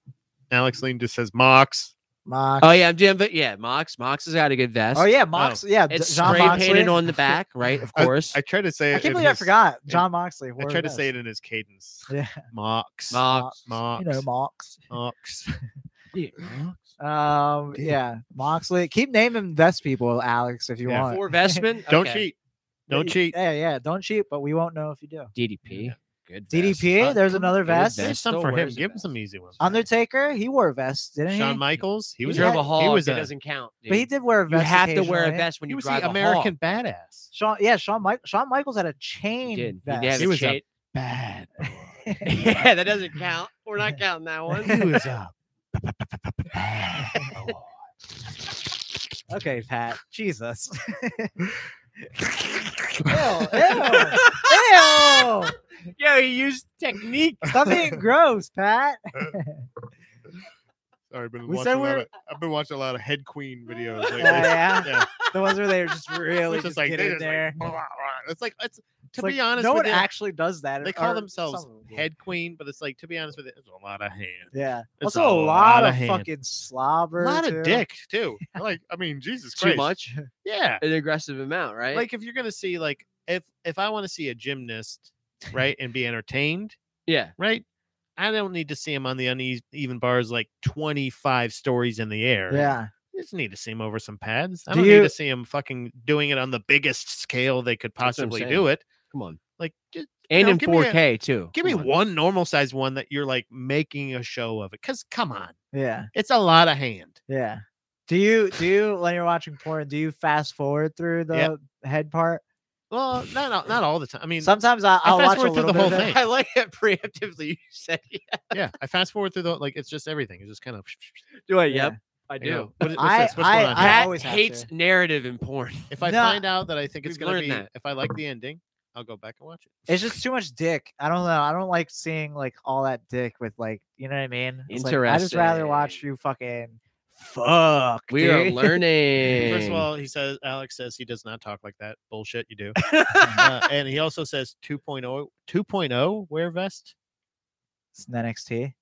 Alex Lean just says Mox. Mox. Oh yeah, I'm doing. But yeah, Mox. Mox has got a good vest. Oh yeah, Mox. Yeah, It's John spray Moxley. painted on the back, right? Of course. I tried to say I it. can't in believe I his- forgot John Moxley. I wore tried to this. say it in his cadence. Yeah, Mox. Mox. Mox. you know Mox. Mox. Um, Dude. yeah, Moxley. Keep naming vest people, Alex, if you Yeah, want. For vestment. Don't Okay. cheat. Don't cheat. Yeah, yeah. Don't cheat, but we won't know if you do. DDP. Good. vest. DDP. Uh, there's another there is vest. vest. There's some still for him. wears a Give him vest. some easy ones. Undertaker. He wore a vest, didn't Shawn he? Michaels. He He was. drove had- a hog. He was it a. doesn't count. Dude. but he did wear a You vest. have to wear a occasionally. vest when He you was drive the a American Hog. badass. Shawn, yeah, Shawn, Mike, Shawn Michaels had a He chain did. He vest. did have He a was a- chain- Bad. yeah, that doesn't count. We're not counting that one. He was a. okay, Pat. Jesus. ew, ew, ew. yeah, he used technique. Stop being gross, Pat. Sorry, I've been We watching said a lot we're- of- I've been watching a lot of head queen videos Oh, lately. yeah? Yeah. The ones where they're just really It's just, just like get they in just like, there. blah, blah, blah. It's like it's It's to like, be honest. no with one it, actually does that. They or- call or themselves some of them do. head queen, but it's like to be honest with it, it's a lot of hand. Yeah. It's also, a a lot, lot of, of hand. fucking slobber. A lot too. of dick too. Like I mean, Jesus Christ. Too much. Yeah. An aggressive amount, right? Like if you're gonna see like if if I want to see a gymnast, right, and be entertained, yeah. right, I don't need to see him on the uneven bars like 25 stories in the air. Yeah. I just need to see him over some pads. I Do don't you- need to see him fucking doing it on the biggest scale they could That's what I'm possibly saying. do it. Come on. Like just And know, in give me a- 4K too. give me Come on. one normal size one that you're like making a show of it. Cause come on, Yeah. it's a lot of hand. Yeah. Do you do you when you're watching porn? Do you fast forward through the Yeah. head part? Well, not all- not all the time. I mean, Sometimes I, I I'll watch a fast forward through little the bit of whole it. thing. I like it preemptively. You said, yeah. yeah, I fast forward through the like. It's just everything. It's just kind of. "Do I?" Yeah. Yep, I you know, do. what is- what's I- this? What's going on I here? Pat always have hates narrative in porn. if I No, find out that I think it's we've gonna learned be, that. if I like the ending, I'll go back and watch it. It's just too much dick. I don't know. I don't like seeing like all that dick with like you know what I mean. It's like, I just rather watch Interesting. you fucking fuck. We are dude. learning. First of all, he says Alex says he does not talk like that. Bullshit, you do. uh, and he also says oh, 2.0 2.0 wear vest. It's an NXT.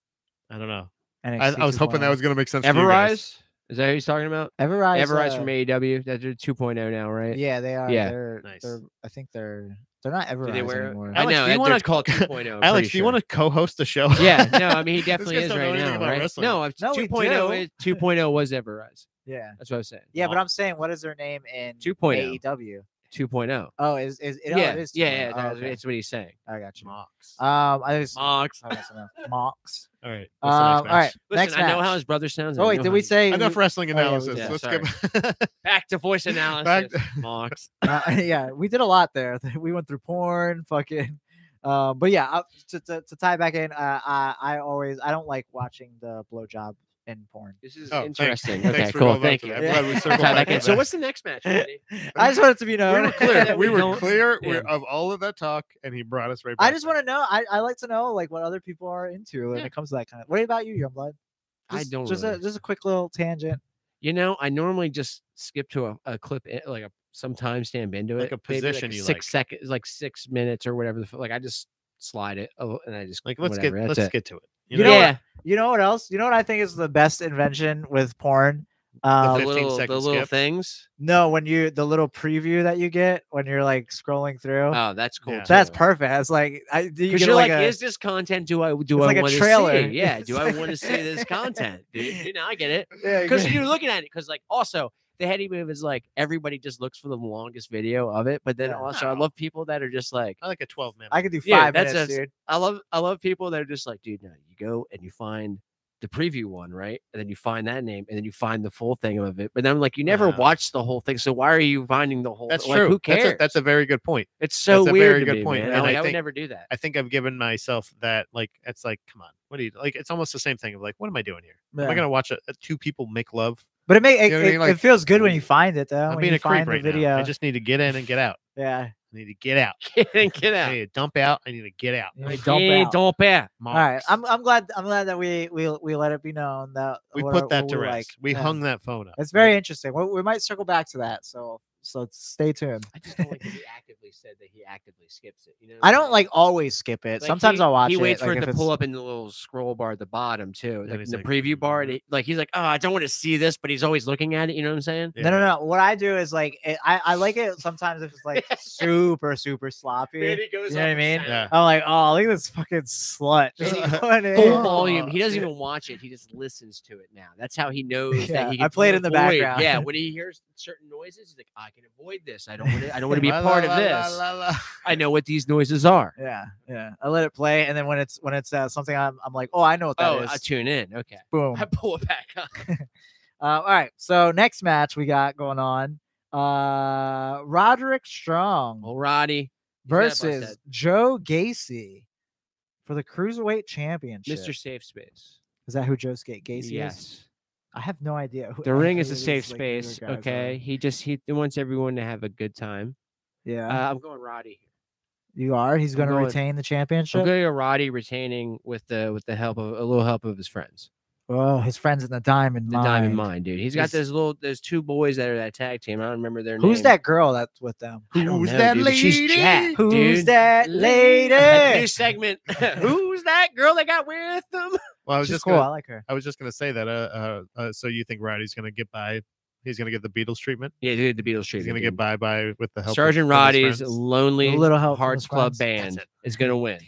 I don't know. NXT gonna make sense. Everrise. Is that who he's talking about? Everrise. Everrise uh, from AEW. That's their 2.0 now, right? Yeah, they are. Yeah. They're, Nice. they're. I think they're. They're not Everrise Do they wear? anymore. I Alex, know. do you You wanna- want to call 2.0? oh, I'm Alex, pretty do you sure. want to co-host the show? Yeah, no, I mean he definitely guys is don't know right anything now, about right? wrestling. No, I've No, we 2.0 do. is 2.0 was Everrise. yeah. That's what I was saying. Yeah, but Wow. oh. I'm saying, what is their name in E 2.0. AEW? 2.0. Oh, is is it? oh, yeah, it is yeah, 2.0. yeah, Oh, that's, okay. that's what he's saying. I got you. Mox. Um, I was. Mox. I was messing up. Mox. All right. Um, what's the next all right. match? Listen, next I know how match. his brother sounds. and I Oh wait, know did how we he- say Enough wrestling oh, yeah, we analysis. did. Let's Sorry. get back to voice analysis? Mox. uh, yeah, we did a lot there. We went through porn, fucking. Uh, but yeah, I, to, to, to tie back in, uh, I I always I don't like watching the blowjob in porn. This is Oh, thanks. interesting. Thanks Okay, for cool. going back Thank to you. that. I'm glad we Tie circled back back in. to So that. what's the next match? Randy? I just wanted to be we known. were clear. that We we were don't- clear we're- Yeah. of all of that talk, and he brought us right back. I just want to know. I, I like to know like what other people are into when Yeah. it comes to that kind of. What about you, Youngblood? I Just- don't Just really. a just a quick little tangent. You know, I normally just skip to a, a clip, i- like a some timestamp into it, Like a maybe position like you six like. seconds, like six minutes or whatever. The f- like I just slide it, oh, and I just Like, let's whatever, get that's let's it. get to it. You know yeah, You know what else? You know what I think is the best invention with porn? the Um, fifth- 15 Uh, little the second little skip. things. no, when you the little preview that you get when you're like scrolling through, Oh, that's cool. Yeah. that's too. perfect. That's like I do you Because get you're like, like, a, is this content? Do I do It's I like a want to trailer. see? Yeah, It's do I like- want to see this content? Dude, you know, I get it. yeah, Because you- you're looking at it. Because like also the heady move is like everybody just looks for the longest video of it. But then Yeah. also I love people that are just like I like a 12 minute. I could do five Yeah, that's minutes, a- dude. I love I love people that are just like, dude, no, you go and you find the preview one, right? And then you find that name, and then you find the full thing of it. But I'm like, you never Yeah. watch the whole thing, so why are you finding the whole? That's like, true. Who cares? That's a, that's a very good point. it's so that's a weird. very to good me, point, man. and Like, I I, would think- never do that. I think I've given myself that like it's like come on, what do you like? It's almost the same thing of like what am I doing here? Am Yeah. I gonna watch a, a two people make love? But it may it, know what I it- mean? Like, it feels good when you find it though. I'm when being you a creep find right the video. now. I just need to get in and get out. yeah. I need to get out. Get in, get I out. need to dump out. I need to get out. you know, Yeah, dump out. Dump out. All right, Marks. I'm I'm glad I'm glad that we we we let it be known that we what our- put that what to we rest. Like. we Yeah. hung that phone up. It's right? very interesting. We, we might circle back to that. So so stay tuned. I just don't like to be actively actively said that he actively skips it. You know, what I I'm don't saying? like always skip it. Like, Sometimes he- I'll watch He it. waits for like, it if to it's- pull up in the little scroll bar at the bottom too, like in he's the like, preview bar. "Mm-hmm." And he, like he's like, oh, I don't want to see this, but he's always looking at it. You know what I'm saying? No, no, no. What I do is like it, I I like it sometimes if it's like super super sloppy. he goes. You know what I mean? Yeah. I'm like, oh, look at this fucking slut. Just going in. Full volume. Oh. He doesn't even watch it. He just listens to it now. That's how he knows Yeah, that he. I Can play it in the avoid- background. Yeah, when he hears certain noises, he's like, I can avoid this. I don't want to. I don't want to be a part of this. I know what these noises are. Yeah, yeah. I let it play, and then when it's when it's uh, something I'm I'm like, oh, I know what that Oh, is. I tune in. Okay, Boom. I pull it back up. Uh, all right. So next match we got going on, uh, Roderick Strong Well, Roddy, Oh, bust versus that. Joe Gacy for the cruiserweight championship. Mr. Safe Space. Is that who Joe Skate Gacy is? Yes. I have no idea. Who The ring is a any of safe these, like, newer space. guys are. Okay. He just he wants everyone to have a good time. Uh, Yeah, I'm going Roddy. you are. He's going to going- retain the I'm championship. going to Roddy retaining with the with the help of a little help of his friends. Oh, his friends in the Diamond The Mine. Diamond Mine, dude. He's got He's- those little those two boys that are that tag team. I don't remember their name. Who's that girl that's with them? I don't Who's know, that dude, but She's lady? jacked, Who's dude. that New lady? segment. Who's that girl that got with them? Well, I was She's just cool. gonna, I like her. I was just gonna say that. Uh, uh, uh, so you think Roddy's gonna get by? He's gonna get the Beatles treatment. Yeah, dude, the Beatles He's treatment. gonna get dude. by by with the help. of- Sergeant of his Roddy's friends. lonely A little help from Hearts his Club friends. band it. is gonna win.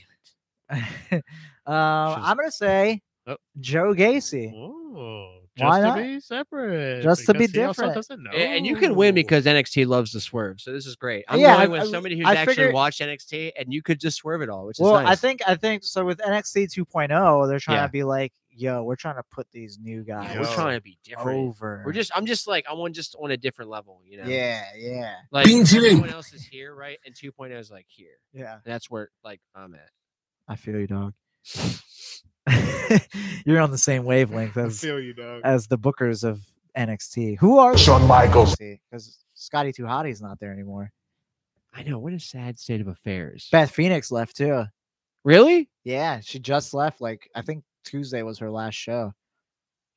um, I'm gonna say Oh. Joe Gacy. Oh, just Why to not? be separate. Just to be because he also different. doesn't A- And you can win know. because NXT loves to swerve, so this is great. I'm Oh. Yeah, going I- with I- somebody who's I actually figured- watched NXT, and you could just swerve it all, which is Well, nice. I think I think so. With NXT 2.0, oh, they're trying Yeah. to be like, "Yo, we're trying to put these new Yeah, guys we're Yo. trying to be different. over." We're just, I'm just like, I'm on just on a different level, you know. yeah, yeah, Like everyone else is here, right? And 2.0 is like here. yeah. That's where like I'm at. I feel you, dog. You're on the same wavelength I as feel you, dog. as the bookers of NXT. Who are Shawn Michaels? Because Scotty Too Hottie's not there anymore. I know what a sad state of affairs. Beth Phoenix left too. really? Yeah, she just left. Like I think Tuesday was her last show.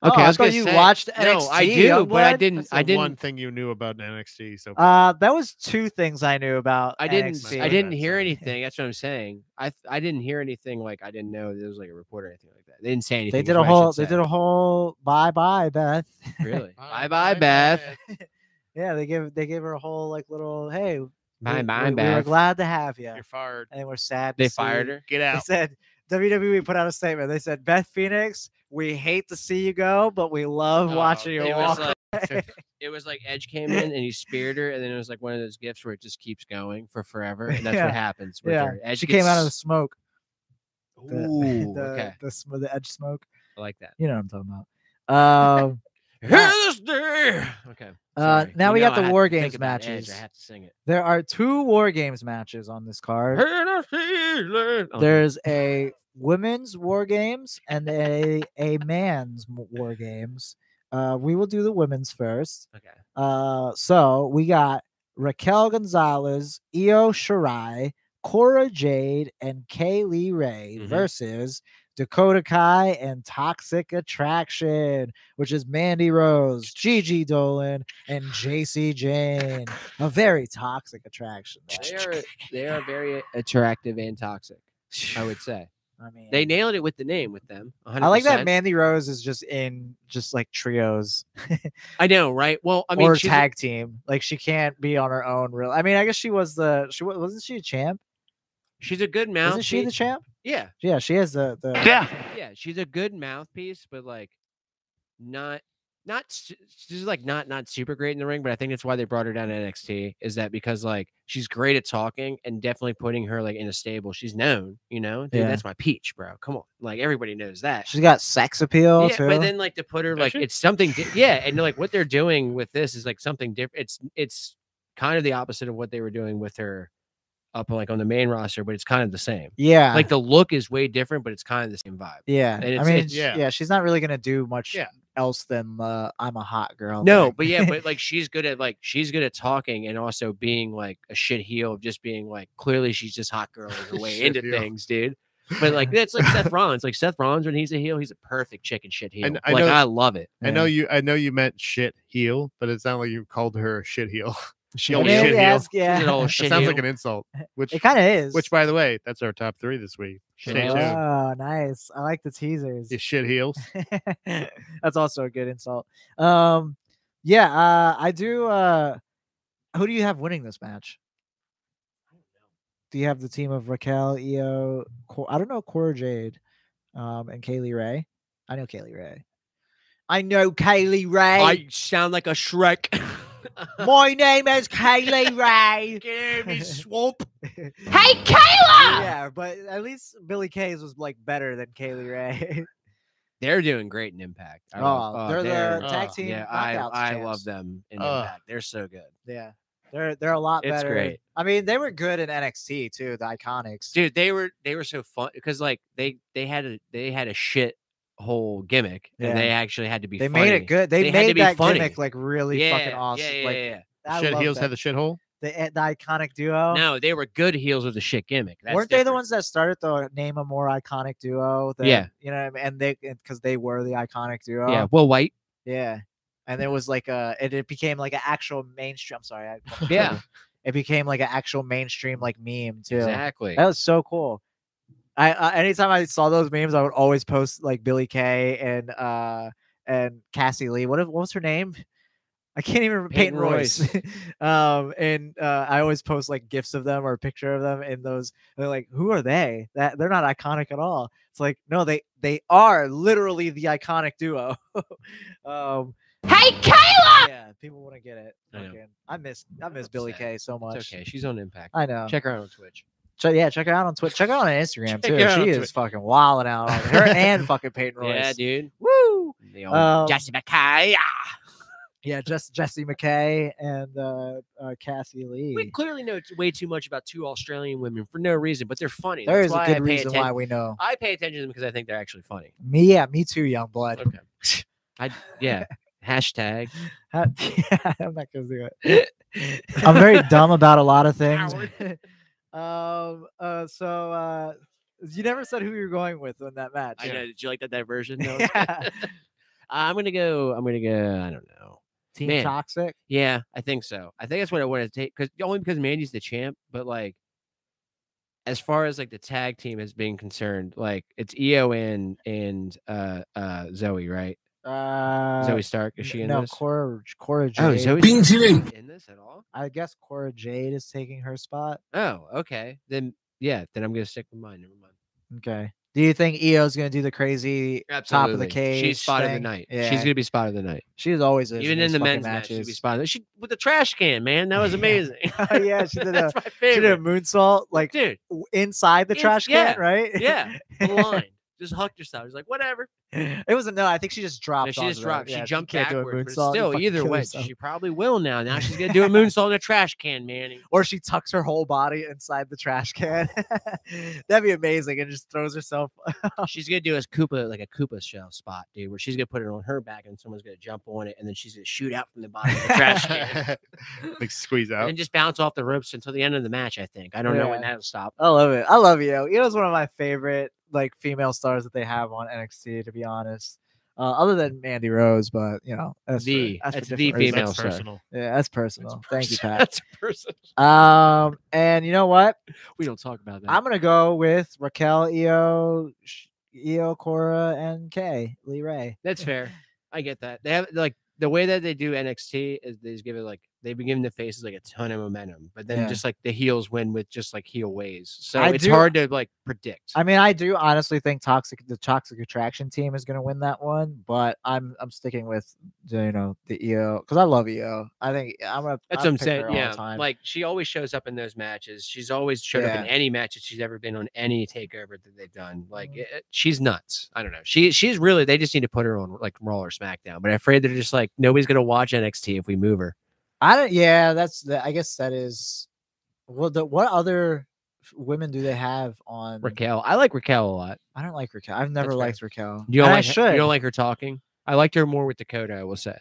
Okay, oh, I I, was thought gonna you say- watched NXT. No, I do, but I Youngblood? didn't. I The didn't. One thing you knew about NXT so far. Uh, that was two things I knew about. I didn't. I NXT. Sorry, didn't that's hear all. anything. That's what I'm saying. I I didn't hear anything. Like I didn't know there was like a report or anything like that. They didn't say anything. They is did a what I should whole. They say. did a whole. Bye bye, Beth. Really? bye bye, Beth. Yeah, they give they gave her a whole like little. Hey, we- Bye we, bye, We were Beth. glad to have you, You're fired. and we're sad. to They see fired you." her. Get They out. said WWE put out a statement. They said Beth Phoenix, we hate to see you go, but we love Oh, watching you it walk. was like- It was like Edge came in and he speared her, and then it was like one of those gifts where it just keeps going for forever, and that's Yeah. what happens. With Yeah. her. Edge she came out of the gets- smoke. The, Ooh, the, okay, the, sm- the edge smoke. I like that. You know what I'm talking about. Um, Hear this day. Okay. Uh, sorry. now You we know got I the have War to think Games about Edge, matches. I have to sing it. There are two War Games matches on this card. Hear this day. Okay. There's a women's War Games and a a man's m- War Games. Uh, we will do the women's first. Okay. Uh, so we got Raquel Gonzalez, Io Shirai, Cora Jade, and Kaylee Ray Mhm. versus Dakota Kai and Toxic Attraction, which is Mandy Rose, Gigi Dolan, and JC Jane. A very toxic attraction. They though. are they are very attractive and toxic. I would say I mean, they nailed it with the name with them. 100%. I like that Mandy Rose is just in just like trios I know, right? Well, I mean, or she's a- tag team. Like she can't be on her own. Real. I mean, I guess she was the she wa- wasn't she a champ? she's a good Isn't mouthpiece. she the champ? yeah, Yeah, she has the the. yeah, she's a good mouthpiece, but like, not not su- she's like not not super great in the ring. But I think that's why they brought her down to NXT. Is that because like she's great at talking and definitely putting her like in a stable. She's known, you know, dude. Yeah. That's my peach, bro. Come on, like everybody knows that. She's got sex appeal yeah, too. but then like to put her Does like she? it's something di- yeah and like what they're doing with this is like something different it's it's kind of the opposite of what they were doing with her up like on the main roster but it's kind of the same yeah, like the look is way different but it's kind of the same vibe yeah. and I it's- mean, it's- yeah. yeah. she's not really gonna do much Yeah. else than uh, I'm a hot girl. no thing. but yeah but like she's good at like she's good at talking and also being like a shit heel of just being like clearly she's just hot girl her way Shit into heel. things dude but like that's like Seth Rollins like Seth Rollins when he's a heel he's a perfect chicken shit heel kn- I like know- I love it I know Yeah. you. I know you meant shit heel, but it sounded like you called her a shit heel. She I only mean, shit heel. yes, yeah. She's an old That shit. sounds heel. like an insult. Which, Eh, It kind of is. which, by the way, that's our top three this week. Shit Stay heels. tuned. Oh, nice. I like the teasers. You shit heels. That's also a good insult. Um, yeah, uh, I do. Uh, who do you have winning this match? Do you have the team of Raquel, Io? Cor- I don't know Cora Jade, um, and Kaylee Ray. I know Kaylee Ray. I know Kaylee Ray. I sound like a Shrek. My name is Kaylee Ray. Give me swamp. hey, Kayla! Yeah, but at least Billy Kay's was like better than Kaylee Ray. They're doing great in Impact. I love- uh, oh, they're, the tag oh, team. yeah, I, knockouts I champs. love them in Oh. Impact. They're so good. Yeah, they're they're a lot It's better. great. I mean, they were good in NXT too. The Iconics. dude they were they were so fun because like they they had a they had a shit whole gimmick Yeah. and they actually had to be they funny. made it good. They, They had to made be that funny. gimmick like really yeah, fucking awesome. yeah, yeah, like yeah. I shit love heels had that. the shit hole. the, the iconic duo. no they were good heels with a shit gimmick That's oh weren't they the different. ones that started the name a more iconic duo? than- Yeah. you know, what I mean? and they because they were the iconic duo. yeah well white yeah. And there was like a, it, it became like an actual mainstream. I'm sorry, I bumped Yeah. over. it became like an actual mainstream like meme too. exactly That was so cool. I uh, anytime I saw those memes, I would always post like Billy Kay and uh and Cassie Lee. What if, what was her name? I can't even remember Peyton, Peyton Royce. um, and uh, I always post like gifs of them or a picture of them in those. They're like, who are they? That they're not iconic at all. It's like, no, they they are literally the iconic duo. um, Hey, Kayla! yeah, people want to get it. I know. Fucking- I miss I miss Billy sad. Kay so much. it's okay she's on impact I know. check her out on twitch Check, yeah, check her out on Twitch. Check her out on Instagram Check too. her out on She is Twitch. fucking wilding out. On her and fucking Peyton Royce. yeah dude Woo! the old Um, jesse ah, mckay Yeah, just Jesse McKay and uh, uh, Cassie we Lee. clearly know t- way too much about two australian women for no reason but they're funny There That's is a why I good pay reason atten- uh, why we know. i pay attention to them because i think they're actually funny Me, yeah, me too, young blood. okay i yeah hashtag I'm not gonna do it. I'm very dumb about a lot of things. um. Uh. So. Uh. You never said who you were going with in that match. I know. Did you like that diversion? No, it's good. Yeah. I'm gonna go. I'm gonna go. I don't know. Team Man. Toxic. Yeah, I think so. I think that's what I want to take because only because Mandy's the champ. But like, as far as like the tag team is being concerned, like it's Io and and uh uh Zoe, right? Uh, Zoe Stark is she in no, this? Cora. Cora Jade. oh, Zoe Stark is in this at all? I guess Cora Jade is taking her spot. Oh, okay. Then yeah, then I'm gonna stick with mine. Never mind. Okay. Do you think Io's gonna do the crazy top of the cage? She's spot of the thing? night. Yeah. She's gonna be spot of the night. She's always is Even these in the fucking men's match, she'd be spot of the She with the trash can, man. That was Yeah. amazing. yeah, she did a That's my she did favorite. a moonsault like Dude, w- inside the Ins- trash yeah, can, right? yeah, the line. Just hucked herself. She's like, whatever. it was a no. I think she just dropped. No, she just onto that. dropped. Yeah, she jumped can't do a backwards. moonsault, But you still, fucking either kill way, yourself. she probably will now. Now she's gonna do a moonsault in a trash can, Manny. or she tucks her whole body inside the trash can. That'd be amazing, and just throws herself. She's gonna do a Koopa like a Koopa shell spot, dude, where she's gonna put it on her back and someone's gonna jump on it, and then she's gonna shoot out from the bottom of the trash can like squeeze and out. then just bounce off the ropes until the end of the match. I think. I don't know when Yeah. that'll stop. I love it. I love E Io. Io's one of my favorite like female stars that they have on NXT. To be honest, uh, other than Mandy Rose, but you know that's for- The- that's for that's the different female reasons. star. Yeah, that's personal. Thank you, Pat. That's a person. Um, and you know what? We don't talk about that. I'm gonna go with Raquel, Io, Sh- Io, Cora, and Kay Lee Ray. That's fair. I get that. They have like the way that they do NXT is they just give it like they've been giving the faces like a ton of momentum, but then Yeah. just like the heels win with just like heel ways. So I it's do- hard to like predict. I mean, I do honestly think Toxic, the Toxic Attraction team is gonna win that one, but I'm I'm sticking with you know the Io because I love Io. I think I'm gonna. That's I'd what I'm pick her saying. all the Yeah. time. Like she always shows up in those matches. She's always showed up in Yeah. any match that she's ever been on any takeover that they've done. Like Mm-hmm. it, it- she's nuts. I don't know. She she's really they just need to put her on like Raw or SmackDown. But I'm afraid they're just like nobody's gonna watch NXT if we move her. I don't. Yeah, that's. The, I guess that is. Well, the, what other f- women do they have on? Raquel. I like Raquel a lot. I don't like Raquel. I've never fair. liked Raquel. You don't and like I her- should. you don't like her talking. I liked her more with Dakota. I will say.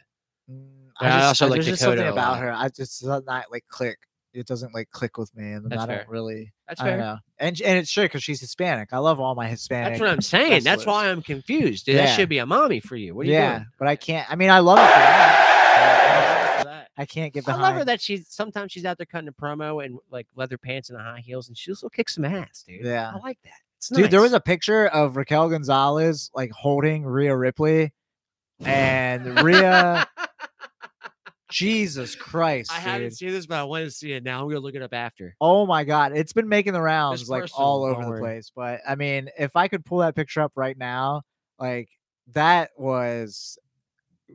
Mm, But I just- also like there's just something Dakota a about lot. her. I just does not like click. It doesn't like click with me, and then That's I don't fair. really. That's I don't know. And and it's sure because she's Hispanic. I love all my Hispanic. That's what I'm saying. That's wrestlers. why I'm confused. Dude, Yeah. That should be a mommy for you. What are you yeah, doing? but I can't. I mean, I love it. For that, but I don't love it for that. I can't get I behind. love her that she's sometimes she's out there cutting a promo and like leather pants and high heels, and she also kicks some ass, dude. Yeah. I like that. oh, It's Dude, there was nice. a picture of Raquel Gonzalez like holding Rhea Ripley, and Rhea. Jesus Christ, I haven't dude. seen this, but I want to see it now. I'm gonna look it up after. Oh my god, it's been making the rounds like person, all over Lord. the place. But I mean, if I could pull that picture up right now, like that was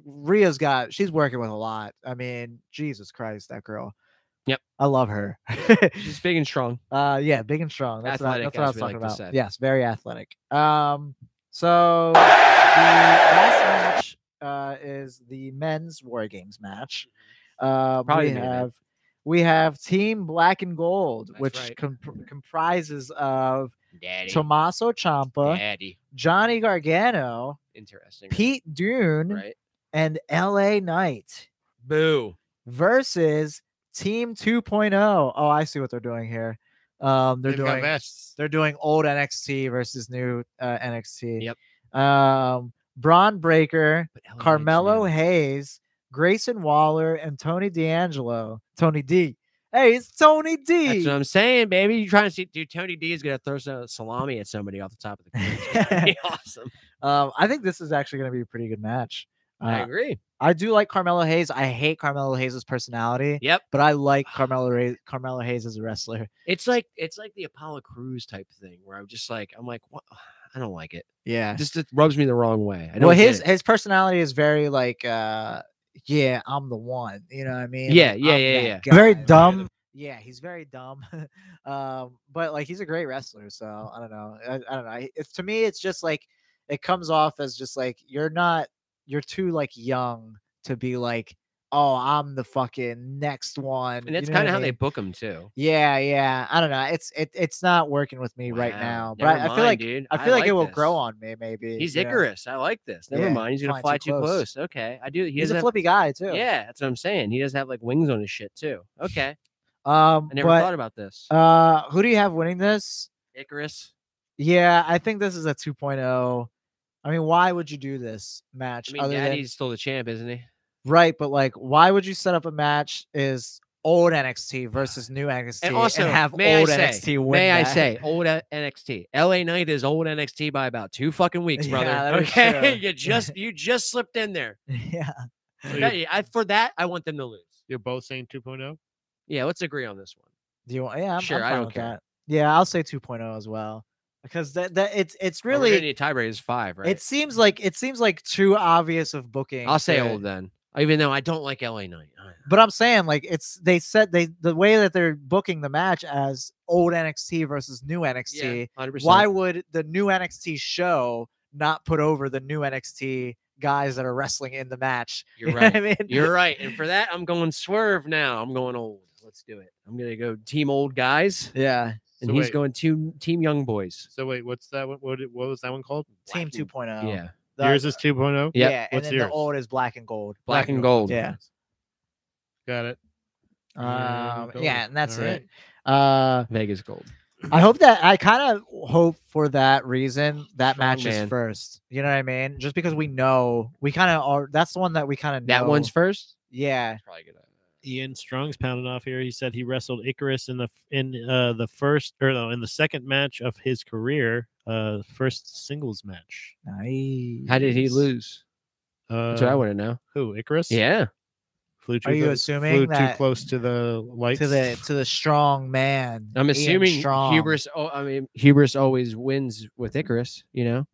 Rhea's got she's working with a lot. I mean, Jesus Christ, that girl. Yep. I love her. She's big and strong. uh yeah, big and strong. That's Athletic, what I, that's what I as was we like talking to about. say. Yes, very athletic. Um so the last match uh is the men's war games match. Uh Probably we the main event. have we have Team Black and Gold, That's which right. comp- comprises of Daddy, Tommaso Ciampa, daddy, Johnny Gargano, interesting. Pete Dune, right? and LA Knight Boo. versus Team 2.0. Oh, I see what they're doing here. Um, they're They've got doing matches. they're doing old NXT versus new uh, NXT. Yep. Um, Braun Breaker, But LA Knight's Carmelo new. Hayes, Grayson Waller, and Tony D'Angelo. Tony D. Hey, it's Tony D. That's what I'm saying, baby. You trying to see? Dude, Tony D is gonna throw some salami at somebody off the top of the. cage. It's gonna be awesome. um, I think this is actually going to be a pretty good match. I Uh, agree. I do like Carmelo Hayes. I hate Carmelo Hayes' personality, Yep. but I like Carmelo Ray- Carmelo Hayes as a wrestler. It's like it's like the Apollo Cruise type thing where I'm just like I'm like what. I don't like it. Yeah. Just it rubs me the wrong way. I don't Well, his get it. his personality is very like, uh, yeah, I'm the one. You know what I mean? Yeah, Like, yeah, I'm yeah, that yeah. guy, Very like- dumb. Yeah, he's very dumb. um, but like, he's a great wrestler. So I don't know. I, I don't know. I- It's to me, it's just like it comes off as just like you're not, you're too like young to be like, oh, I'm the fucking next one. and that's you know what kind of I how they mean? book him too. Yeah, yeah. I don't know. It's it, it's not working with me right Wow. now. But Never I, I feel mind, like dude. I feel like, it will this. grow on me. Maybe He's you know? Icarus. I like this. Never Yeah, mind. He's gonna fly too close. Okay, I do. He He's doesn't a have- flippy guy too. Yeah, that's what I'm saying. He does have like wings on his shit too. Okay, Um. I never but, thought about this. Uh, who do you have winning this? Icarus. Yeah, I think this is a 2.0. I mean, why would you do this match? I mean, other than- Daddy's still the champ, isn't he? right, but like, why would you set up a match is old NXT versus new NXT And also, have may old I say, NXT win? may I that? say, old uh, NXT. LA Knight is old NXT by about two fucking weeks, brother. Yeah, that is okay, true. you just you just slipped in there. yeah. So you're, That- I, for that, I want them to lose. you're both saying oh? 2.0. Yeah, let's agree on this one. Do you want? Yeah, I'm, Sure, I I'm fine don't with care. that. Yeah, I'll say 2.0 as well because that that it's it's Well, we're gonna really need tiebreaker is five, right? it seems like it seems like too obvious of booking. I'll say to- old then, even though I don't like LA Knight. I- But I'm saying like it's they said they the way that they're booking the match as old NXT versus new NXT. Yeah, 100%. Why would the new NXT show not put over the new NXT guys that are wrestling in the match? You're You know what right. I mean? You're right. And for that, I'm going swerve now. I'm going old. Let's do it. I'm gonna go team old guys, Yeah. and So he's wait. going team team young boys. So wait, what's that one? What, what was that one called? Team 2.0. yeah, oh. The- Yours is oh? 2.0. Yep. Yeah, and What's then the yours? old is black and gold. black, and gold. Yeah. Got it. Yeah, Um, gold. yeah, and that's All right. it. Uh, Vegas gold. I hope that I kind of hope for that reason that Strong matches Oh, man. first. You know what I mean? Just because we know we kind of are. That's the one that we kind of know. That one's first. yeah. Probably gonna. Ian Strong's pounding off here. He said he wrestled Icarus in the in uh, the first or no in the second match of his career, uh, first singles match. Nice. How did he lose? Uh, That's what I want to know. Who Icarus? Yeah, flew too Are you clo- assuming flew that- too close to the lights? to the to the strong man? I'm Ian assuming Strong. hubris. Oh, I mean hubris always wins with Icarus. You know,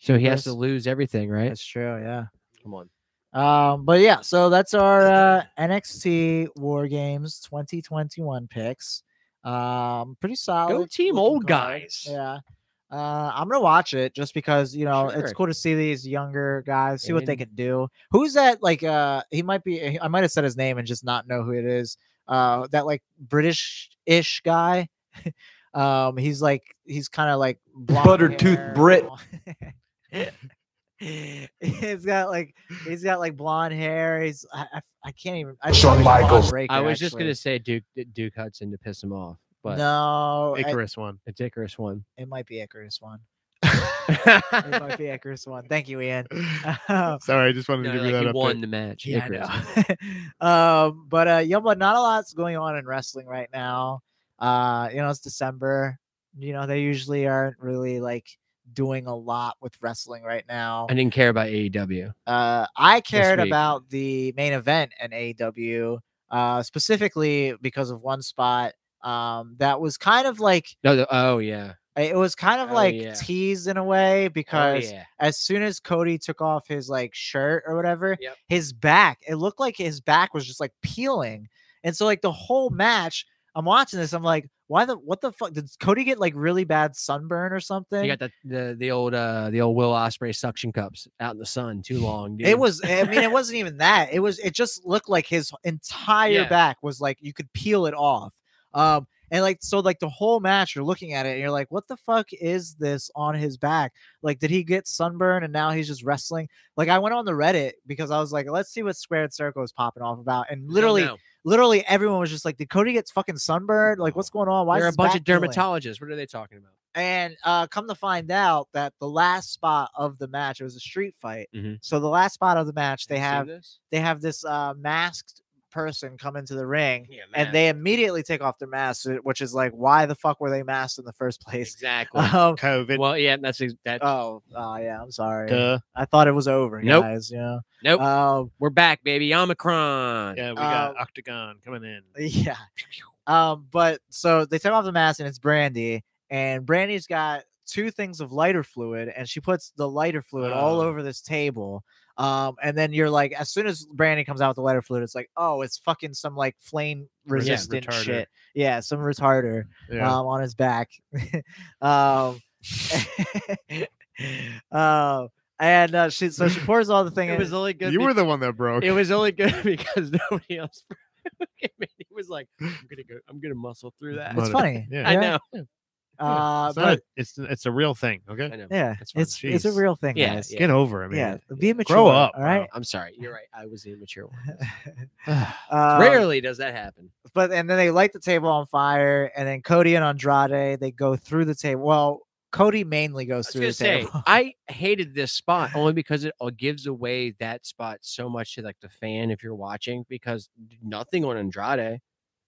so he has to Hubris. lose everything, right? That's true. Yeah. Come on. Um, but yeah, so that's our uh, NXT War Games 2021 picks. Um, pretty solid. team looking old card. guys. Yeah. Uh, I'm gonna watch it just because you know it's Sure. cool to see these younger guys, see what they And- can do. Who's that? Like, uh, he might be. I might have said his name and just not know who it is. Uh, that like British-ish guy. um, he's like he's kind of like blonde Buttertooth hair, Brit. he's got like he's got like blonde hair. He's I, I, I can't even. I Shawn wish Braun Michaels. Breaker, I was just actually. gonna say Duke Duke Hudson to piss him off, but no, I- Icarus one. it's Icarus one. it might be Icarus one. It might be Icarus won. Thank you, Ian. Um, Sorry, I just wanted No, to give like you he that won update. the match. yeah, Icarus. I know. um, but uh, yeah, but not a lot's going on in wrestling right now. Uh, you know, it's December. You know, they usually aren't really like doing a lot with wrestling right now. I didn't care about E AEW. Uh, I cared week. about the main event in AEW uh, specifically because of one spot um, that was kind of like No, the, oh yeah, it was kind of Oh, like yeah. teased in a way oh because yeah. as soon as Cody took off his like shirt or whatever, Yep. his back, it looked like his back was just like peeling. And so like the whole match, I'm watching this, I'm like, why the what the fuck did Cody get like really bad sunburn or something? You got the, the the old uh the old Will Osprey suction cups out in the sun too long. Dude. It was. I mean, it wasn't even that. It was. It just looked like his entire Yeah. back was like you could peel it off. Um, and like so, like the whole match, you're looking at it, and you're like, "What the fuck is this on his back? Like, did he get sunburn and now he's just wrestling?" Like, I went on the Reddit because I was like, "Let's see what Squared Circle is popping off about," and literally, literally everyone was just like, "Did Cody get fucking sunburned? Like, what's going on? Why There are a is his bunch of back peeling?" dermatologists. What are they talking about? And uh, come to find out that the last spot of the match it was a street fight. Mhm. So the last spot of the match, they Seen have this? they have this uh, masked person come into the ring Yeah, and they immediately take off their masks, uh, which is like, why the fuck were they masked in the first place? exactly. Um, COVID. well, yeah, that's ex- that's oh, oh, yeah, I'm sorry. duh. I thought it was over, Nope. guys. Yeah. nope. Um, We're back, baby. Omicron. Yeah, we got Um, Octagon coming in. yeah. Um, but so they take off the mask and it's Brandy, and Brandy's got two things of lighter fluid, and she puts the lighter fluid all Oh. over this table. Um, and then you're like, as soon as Brandy comes out with the lighter fluid, it's like, oh, it's fucking some like flame resistant retarder. shit. Yeah, some retarder Yeah. um, on his back. um, uh, and uh, she so she pours all the thing It in. was only good. you be- were the one that broke. It was only good because nobody else. came in. he was like, "I'm gonna go. I'm gonna muscle through that." it's Mother- funny. Yeah. I know. Yeah, Uh, it's, not- but it's it's a real thing. Okay, I know. yeah, It's fine. it's it's a Jeez. real thing. Yeah, guys. yeah. get over. it, yeah, man. be mature. Grow up, All bro. right. I'm sorry. You're right. I was the immature one. Um, Rarely does that happen. But and then they light the table on fire, and then Cody and Andrade they go through the table. Well, Cody mainly goes I was through the gonna say table. I hated this spot only because it all gives away that spot so much to like the fan if you're watching because nothing on Andrade.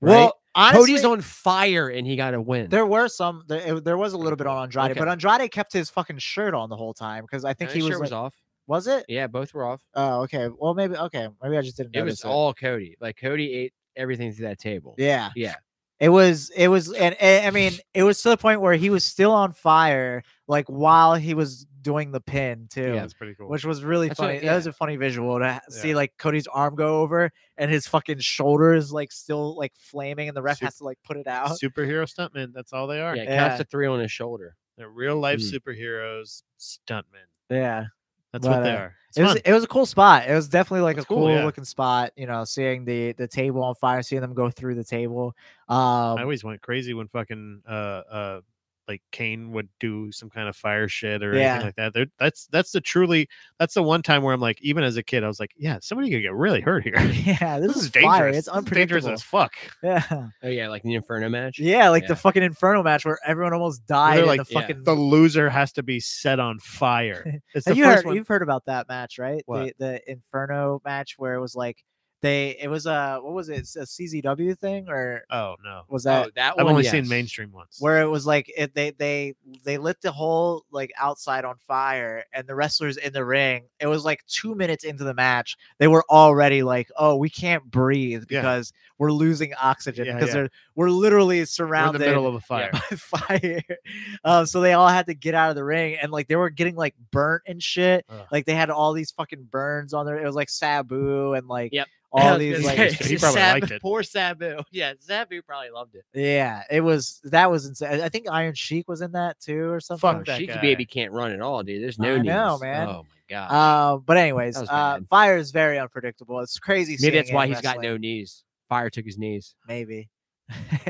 well, honestly, Cody's on fire and he got a win. There were some. There, it- there was a little bit on Andrade, Okay. but Andrade kept his fucking shirt on the whole time because I think His he was. shirt was like- off. was it? Yeah, both were off. Oh, okay. Well, maybe. Okay, maybe I just didn't. It was notice all Cody. Like Cody ate everything through that table. Yeah. Yeah. It was, it was, and, and I mean, it was to the point where he was still on fire, like while he was doing the pin too, Yeah. that's pretty cool. which was really That's what- funny. That was yeah. a funny visual to ha- see Yeah. like Cody's arm go over and his fucking shoulders like still like flaming, and the ref Sup- has to like put it out. superhero stuntmen. That's all they are. Yeah, counts Yeah. to three on his shoulder. They're real life Mm. superheroes, stuntmen. Yeah, That's what But, they uh, are. It's it was fun. it was a cool spot. It was definitely like That's a cool, cool, yeah. looking spot. You know, seeing the the table on fire, seeing them go through the table. Um, I always went crazy when fucking uh uh like Kane would do some kind of fire shit or Yeah. anything like that. There that's that's the truly that's the one time where I'm like, even as a kid, I was like, yeah, somebody could get really hurt here. yeah, this, this is, is fire. dangerous. It's This is dangerous unpredictable. as fuck. yeah. Oh yeah, like the Inferno match. Yeah, like Yeah. the fucking Inferno match where everyone almost died. in like, the yeah. fucking. The loser has to be set on fire. It's the Have you first heard, one. You've heard about that match, right? The, What? the Inferno match where it was like they. It was a what was it? It's A CZW thing or Oh no. was that Oh, that I've one, only seen yes. mainstream ones. where it was like it, they they they lit the whole like outside on fire and the wrestlers in the ring. It was like two minutes into the match, they were already like, "Oh, we can't breathe Yeah. because we're losing oxygen Yeah, because yeah. they're we're literally We're in the surrounded." middle of a fire. by fire. Um, so they all had to get out of the ring and like they were getting like burnt and shit. Ugh. Like they had all these fucking burns on there. It was like Sabu and like Yep. I all was these gonna like say, He probably Sab- liked it. Poor Sabu. Yeah, Sabu probably loved it. yeah. It was that was insane. I think Iron Sheik was in that too or something. Oh, Fuck that Sheiky guy. baby can't run at all, dude. There's no I knees. know, man. Oh my god. Uh, but anyways, That was uh, bad. fire is very unpredictable. It's crazy. Maybe seeing that's it why in he's got wrestling. no knees. Fire took his knees. maybe.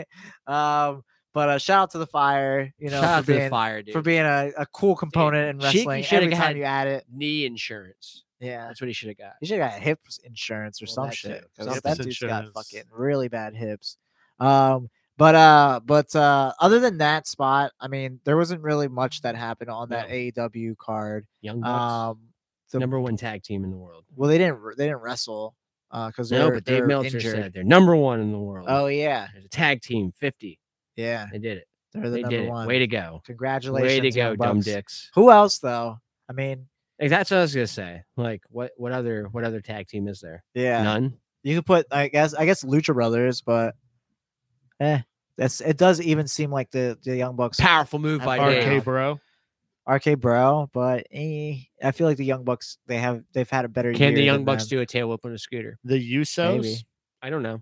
um, but uh, shout out to the fire. You know, Shout for out to being, the fire, dude. for being a, a cool component in Sheik, you wrestling. shoulda Every time had- you add it, knee insurance. yeah. That's what he should have got. He should have got hip insurance or Well, some that shit. too. 'cause Hips that dude's got insurance. fucking really bad hips. Um, But uh, but uh, other than that spot, I mean, there wasn't really much that happened on that No. AEW card. Young Bucks, Um, the- number one tag team in the world. well, they didn't they didn't wrestle because No, they're, but Dave they're Meltzer injured. said they're number one in the world. Oh yeah, There's a tag team, 50. yeah, They did it. they're the They number did it. one. Way to go. Congratulations, Way to Young go, dumb Bucks. dicks. Who else though? I mean, Like, that's what I was gonna say. Like, what what other what other tag team is there? yeah, None. you could put I guess I guess Lucha Brothers, but eh, that's it. Does even seem like the the Young Bucks Powerful move by Arcade Dave. RK Bro. RK Bro, but eh, I feel like the Young Bucks they have they've had a better. Can the year Young than Bucks them. do a tail whip on a scooter? The Usos. Maybe. I don't know.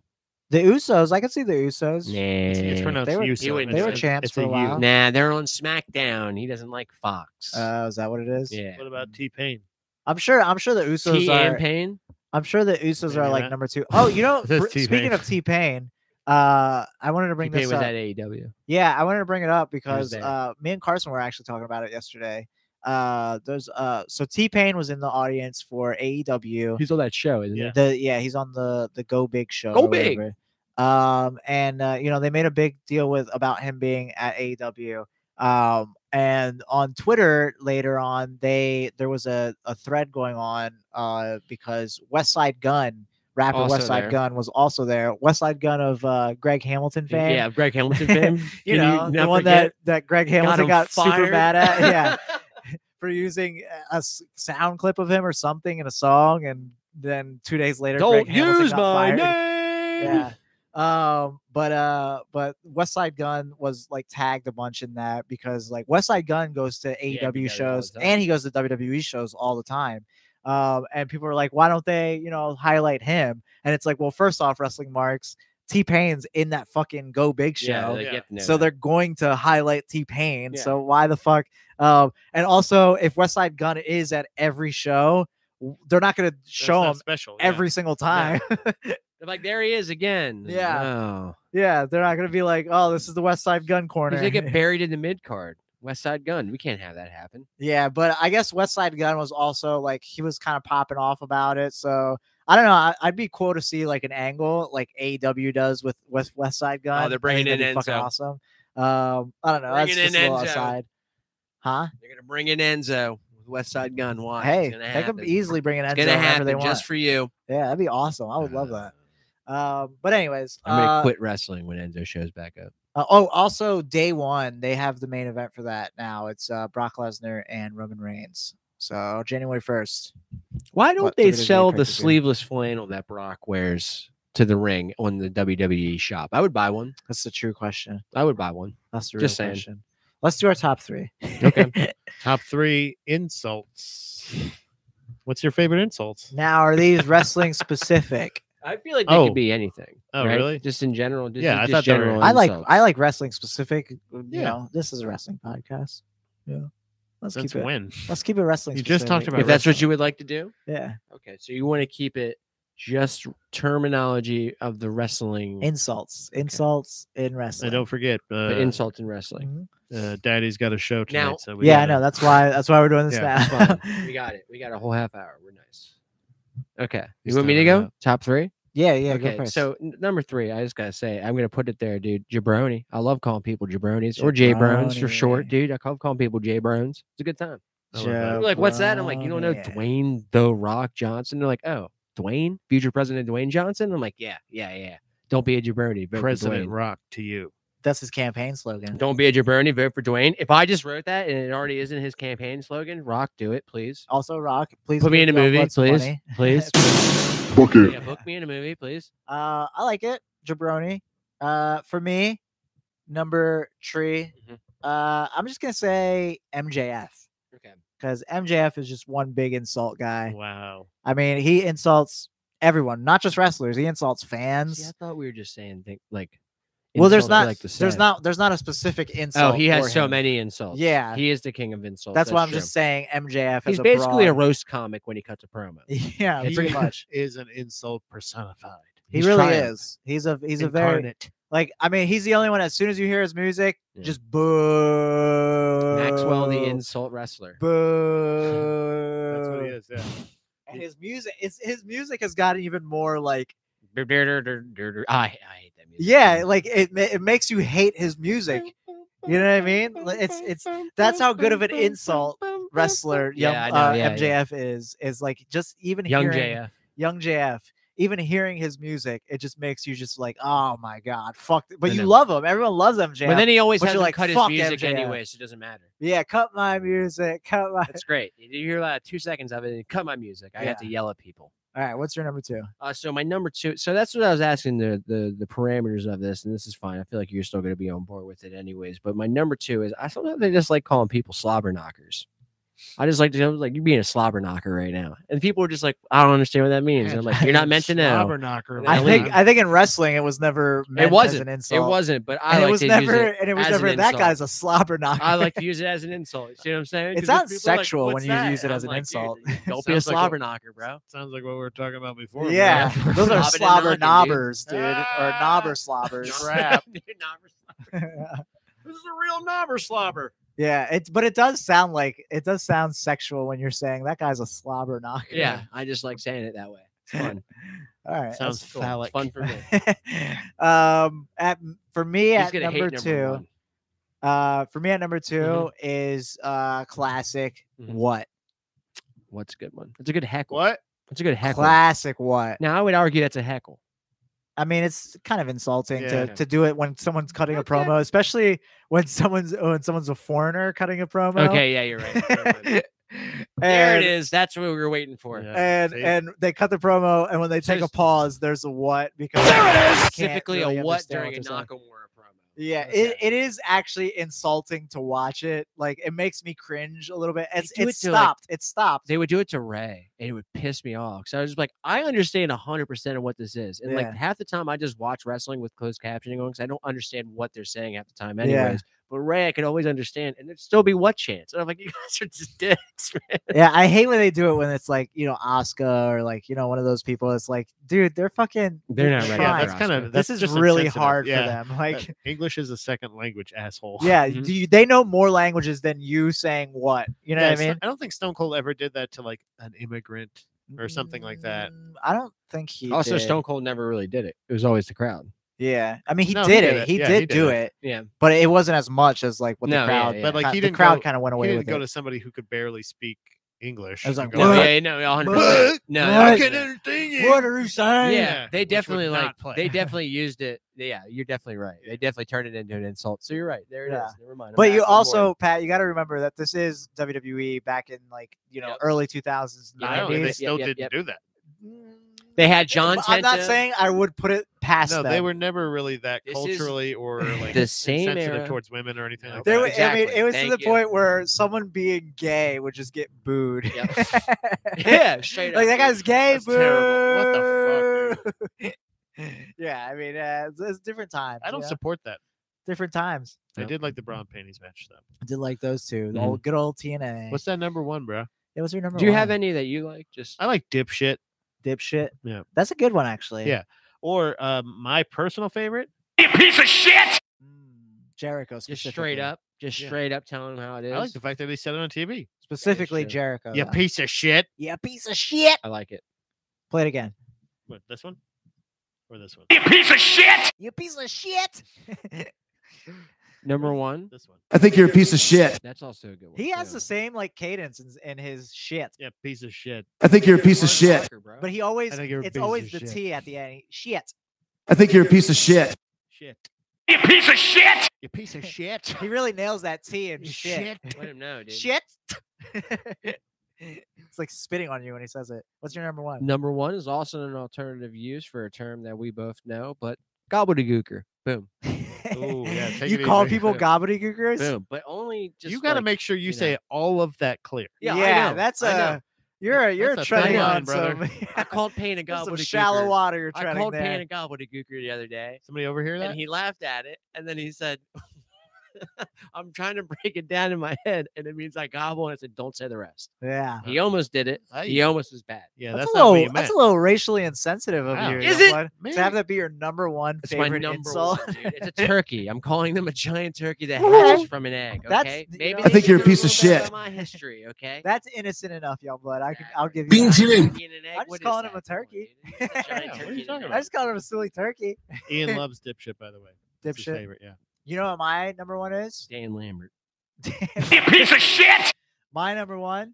The Usos, I could see the Usos. Nah. It's, it's pronounced They were- Uso. he wouldn't It's do a- it. champs it's for a U. while. Nah, they're on SmackDown. He doesn't like Fox. Uh, is that what it is? yeah. What about T Pain? I'm sure. I'm sure the Usos T are. and Pain. I'm sure the Usos are Maybe like not. number two. Oh, you know, It says br- speaking T-Pain. of T Pain, uh, I wanted to bring T-Pain this was up. at AEW. Yeah, I wanted to bring it up because there. uh, me and Carson were actually talking about it yesterday. Uh, there's uh, so T Pain was in the audience for E AEW. He's on that show, isn't Yeah. he? The yeah, he's on the the Go Big show. Go or Big! whatever. Um, and uh, you know they made a big deal with about him being at AEW. Um, and on Twitter later on, they there was a a thread going on uh because West Side Gun rapper Also West Side there. Gun was also there. West Side Gun of uh, Greg Hamilton fan Yeah, Greg Hamilton fame. you Can know, not the one forget? that, that Greg Hamilton him got, super fired. mad at, yeah, for using a s- sound clip of him or something in a song, and then two days later, Greg Don't Hamilton use got my fired. name. Yeah. Um, but uh, but West Side Gun was like tagged a bunch in that because like West Side Gun goes to he AEW does it all the shows time. and he goes to WWE shows all the time. Um, and people are like, why don't they, you know, highlight him? And it's like, well, first off, wrestling marks T Pain's in that fucking Go Big show Yeah, they Yeah. get to know so that. they're going to highlight T Pain. Yeah. So why the fuck? Um, and also, if West Side Gun is at every show, w- they're not going to That's show not him special. yeah. every single time. Yeah. They're like, there he is again. Yeah. Wow. they're not going to be like, oh, this is the West Side Gun corner. Because they get buried in the mid card. West Side Gun. We can't have that happen. yeah, but I guess West Side Gun was also like he was kind of popping off about it. So I don't know. I, I'd be cool to see like an angle like AEW does with West West Side Gun. Oh, they're I think bringing that'd in be fucking Enzo. awesome. Um, I don't know. That's Bringing just in a little Enzo. aside. Huh? They're gonna bring in Enzo with West Side Gun. Why? Hey, it's gonna they happen. can easily bring an It's Enzo gonna whenever happen they just want. for you. Yeah, that'd be awesome. I would love that. Um, but anyways, I'm gonna uh, quit wrestling when Enzo shows back up. uh, oh, also day one they have the main event for that now. It's uh, Brock Lesnar and Roman Reigns. So January first. Why don't What they WWE sell the pay-per-view? sleeveless flannel that Brock wears to the ring on the WWE shop? I would buy one. That's the true question. I would buy one. That's the real Just saying. question. Let's do our top three. Okay. Top three insults. What's your favorite insults? now, are these wrestling specific? I feel like they could Oh. be anything. Oh, right? really? Just in general. Just, Yeah, I just thought they were- general. I like insults. I like wrestling specific. uh, You Yeah. know, this is a wrestling podcast. Yeah. Let's That's keep it. win. Let's keep it wrestling. You just talked specific. about If that's what you would like to do, Yeah. okay. So you want to keep it just terminology of the wrestling, Insults. Insults in wrestling. And don't forget, uh, the insult in wrestling. Mhm. uh, Daddy's got a show tonight. Now- so yeah, I gotta- know. That's why. That's why we're doing this Yeah, now. We got it. We got a whole half hour. We're nice. Okay. You It's want me to time go? out. Top three? yeah, yeah. go okay. first. So n- number three, I just gotta say, I'm gonna put it there, dude. Jabroni. I love calling people jabronis or J Brones for short, Jabroni. dude. I love calling people J Brones. It's a good time. I love that. They're like, what's that? I'm like, Oh, you don't know Jabroni. Dwayne the Rock Johnson. They're like, oh, Dwayne, future president Dwayne Johnson. I'm like, yeah, yeah, yeah. Don't be a jabroni. Vote President for Rock to you. That's his campaign slogan. Dwayne. Don't be a jabroni. Vote for Dwayne. If I just wrote that and it already isn't his campaign slogan, Rock, do it, please. Also, Rock, please Put me give in a Young movie, Bucks please. money. Please. Book it. yeah, book me in a movie, please. Uh, I like it, Jabroni. Uh, for me, number three. Mhm. Uh, I'm just gonna say MJF Okay. because MJF is just one big insult guy. Wow. I mean, he insults everyone, not just wrestlers. He insults fans. See, I thought we were just saying things like. well, there's insults not. I like to there's say. not. There's not a specific insult. Oh, he has for so him. many insults. Yeah. he is the king of insults. That's, why I'm true. just saying MJF. He's as a basically a broad- roast comic when he cuts a promo. Yeah, He- pretty much. Is an insult personified. He He's really triumph. is. He's a he's a very Incarnate. like I mean he's the only one. As soon as you hear his music, Yeah. just boo. Maxwell, Uh, the insult wrestler. Boo. That's what he is. Yeah. And his music, it's, his music has gotten even more like "Dur, dur, dur, dur, dur, dur." I, I hate that music. so Yeah, much. like it, ma- it makes you hate his music. You know what I mean? Like, It's it's that's how good of an insult wrestler young, Yeah, I know, uh, yeah, yeah. MJF is is like just even young hearing JF. young JF even hearing his music it just makes you just like oh my god fuck th-" but I you know. love him everyone loves MJF But then he always but has you're to like, cut his "Fuck music MJF." anyway, so it doesn't matter. yeah cut my music cut my That's great. You hear about two seconds of it and cut my music. I have to yell at people. all right what's your number two Uh, so my number two. So that's what I was asking the, the the parameters of this, and this is fine. I feel like you're still going to be on board with it anyways. But my number two is I sometimes I just like calling people slobber knockers. I just like to I'm like you're being a slobber knocker right now, and people are just like I don't understand what that means. And I'm like you're not meant to know. Slobber knocker. I I believe think it. I think in wrestling it was never meant as wasn't. an It insult wasn't, but I and like it was to never use it. and it was as an never that insult. guy's a slobber knocker I like to use it as an insult. You see what I'm saying? It 'Cause then sounds people are like, sexual when "What's you that?" use it And as I'm an like, insult. "Dude, Don't be a Sounds like a- slobber knocker, bro. Sounds like what we were talking about before. man. yeah Yeah. those are Slobbing slobber and knocking, knobbers dude or knobber slobbers Crap. Dude, knobber slobber. This is a real knobber slobber. Yeah, it's but it does sound like it does sound sexual when you're saying that guy's a slobber knocker. Yeah, I just like saying it that way. It's fun. All right. that's Sounds cool. phallic. It's fun for me. um at m- for me He's at gonna number, hate number two one. uh for me at number 2 Mhm. is uh classic Mhm. what? What's a good one? It's a good heckle. What? It's a good heckle. Classic what? now I would argue that's a heckle. I mean it's kind of insulting Yeah. to, to do it when someone's cutting a Not that- promo, especially when someone's when someone's a foreigner cutting a promo. Okay, yeah, you're right. Never mind. there And- it is. That's what we were waiting for. Yeah. and see? and they cut the promo, and when they take a There's- pause, there's a what because There it is. can't Specifically, really a what understand during a they're saying. Nakamura promo. Yeah, Okay. it, it is actually insulting to watch it. Like it makes me cringe a little bit. It's do it it to, like- stopped. It stopped. they would do it to Ray, and it would piss me off. So I was just like, I understand hundred percent of what this is, and Yeah. like half the time I just watch wrestling with closed captioning on because I don't understand what they're saying half the time, anyways. Yeah. But Ray, I could always understand, and there'd still be what chance, and I'm like, you guys are just dicks, man. yeah, I hate when they do it when it's like you know Oscar or like you know one of those people. It's like, dude, they're fucking. They're not ready for Yeah, trying. us. that's kind of This is really hard for them. Like, English is a second language, asshole. yeah, Mhm. do you, they know more languages than you saying what? You know Yeah, what I Sto- mean? I don't think Stone Cold ever did that to like an immigrant or something like that. Mm, I don't think he. Also, did. Stone Cold never really did it. It was always the crowd. Yeah, I mean, he No, did it. He Yeah, did he did do it. it. Yeah. but it wasn't as much as like what the No, yeah, crowd. yeah. But, like, ki- he the didn't crowd go- kind of went he away didn't with go to it. somebody who could barely speak English. I was and like, go, No, What? yeah, no, 100. "What? No, I What? can no. understand you." are you Yeah, saying? they which would definitely like not play. they definitely used it. Yeah, you're definitely right. They definitely turned it into an insult. So you're right. There it is. Yeah. Never mind. I'm But back you on board. also, Pat, you got to remember that this is WWE back in like you know Yep. early 2000s, I 90s. know, and Yep, they yep, still yep, didn't yep. do that. they had John. I'm not Tenta. saying I would put it past No, them. they were never really that This is culturally or like the same sensitive era. towards women or anything No, like They that. were- I mean, Exactly. it was Thank to the you. point where someone being gay would just get booed. Yep. yeah, straight like up. that guy's gay. That's terrible. What the fuck? yeah, I mean, uh, it's, it's different times. I don't you know? support that. different times. I No. did like the brown panties match though. I did like those two. The Mhm. old good old TNA. What's that number one, bro? That was your number. Do you have one. any that you like? Just I like dipshit. dipshit? Yeah. that's a good one actually. Yeah. Or um, my personal favorite. Mm, Jericho. just straight specifically. up, just Yeah. straight up telling them how it is. I like the fact that they said it on TV. specifically true. Jericho. You though. piece of shit. Yeah, piece of shit. I like it. Play it again. What this one? Or this one? You piece of shit. Number one. This one. I think you're a piece of shit. That's also a good one. he has too. the same like cadence in, in his shit, Yeah, piece of shit. I think you're a piece of Mark shit. Zucker, bro. but he always think you're a it's piece of always the shit. T at the end. he- Shit. I think you're a piece of shit. Shit. You piece of shit! You piece of shit. He really nails that T and shit. let him know, dude. Shit. it's like spitting on you when he says it. What's your number one? Number one is also an alternative use for a term that we both know, but gobbledygooker. Boom, Ooh, yeah, take you it call easy. people Boom. gobbledygookers? boom. But only just you got to like- make sure you, you know. say all of that clear. Yeah, Yeah, I know, that's I know. a you're a, you're that's a treading thin line, on brother. some, I called Payne a there's some gobbledygooker. shallow water you're I treading called there. Payne a gobbledygooker the other day, Somebody over here that and he laughed at it, and then he said, I'm trying to break it down in my head, and it means I gobble and I said, "Don't say the rest." Yeah. He almost did it. Aye. He almost was bad. Yeah, That's, that's, a not little. what you meant. That's a little racially insensitive of Wow. you. Is Youngblood, Maybe. To have that be your number one It's my favorite number insult. one, dude. It's a turkey. I'm calling them a giant turkey that Okay. hatches from an egg. That's- Okay, you maybe know- I think they you're a should do piece of little bit about shit. My history, okay. That's innocent enough, Youngblood. I can. I'll give you. Beans that. in. I'm I'm just calling him a turkey. Yeah, giant what are turkey you in talking an about? I just called him a silly turkey. Ian loves dipshit, by the way. It's his Dipshit. favorite, yeah. You know what my number one is? Dan Lambert. You piece of shit! my number one,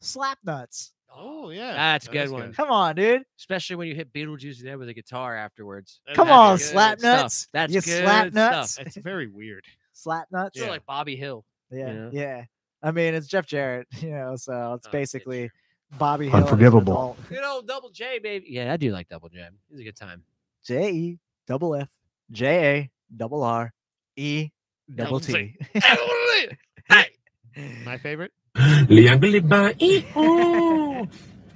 slap nuts. Oh yeah, That's a that good is one. Come on, dude. Especially when you hit Beetlejuice in the head with a guitar afterwards. That- Come That's on, good slap stuff. nuts. That's You good slap stuff. nuts? It's very weird. Slap nuts. It's sort of like Bobby Hill. Yeah. you know? Yeah. I mean, it's Jeff Jarrett, you know, so it's Oh, basically it's- Bobby Hill. as an Unforgivable. adult. Good old Double J, baby. Yeah, I do like Double J. It's a good time. J E double F J A double R E double T. Um, My favorite. 两个礼拜以后，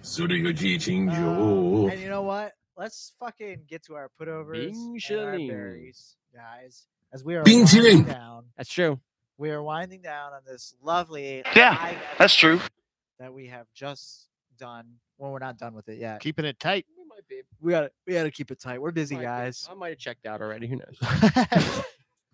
所有剧情 Uh, 就 and you know what? Let's fucking get to our putovers and our Bing-shaling. berries, guys. As we are Bing-shaling. winding down, That's true. we are winding down on this lovely Yeah, live That's true. that we have just done. Well, we're not done with it yet. Keeping it tight. We might be. We got to we got to keep it tight. We're busy, guys. I might have checked out already. Who knows?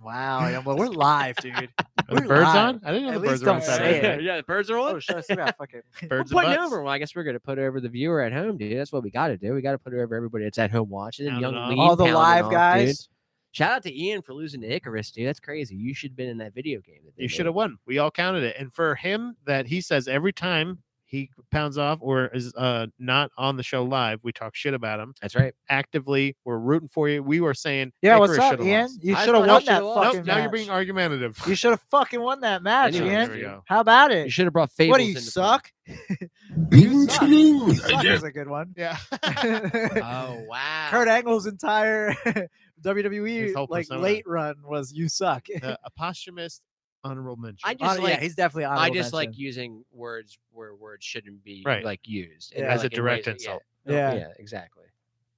Wow, yeah, well, we're live, dude. Are the We're birds live. on? I didn't know At the birds least were on don't Saturday. say it. yeah, the birds are Oh, on. shut us yeah, fuck it. We're Birds and putting it butts. over. Well, I guess we're gonna put it over the viewer at home, dude. That's what we got to do. We got to put it over everybody that's at home watching. And Pound it young off. Lean All the pounding live off, dude. guys. Shout out to Ian for losing to Icarus, dude. That's crazy. You should have been in that video game. That they Mm-hmm. You should made. have won. We all counted it. And for him, that he says every time he pounds off or is uh, not on the show live, we talk shit about him That's right. actively. We're rooting for you. We were saying, Yeah, what's Icarus up, shoulda Ian? lost. You I should have thought I won shoulda that lost. fucking Nope, now you're being match. argumentative. You should have fucking won that match, Anyway, there we Ian. go. How about You it? should have brought Fables. What do you into play. suck? 冰 suck. 淇淋， Suck 哎呀 is！a good one. Yeah. Oh wow. Kurt Angle's entire WWE His whole like persona. late run was "You suck." Uh, a posthumous honorable mention. I just Hon- yeah, like he's definitely. I honorable just like mention. using words where words shouldn't be Right. like used Yeah. like, As a in ways direct that- insult. Yeah. Yeah. yeah, exactly.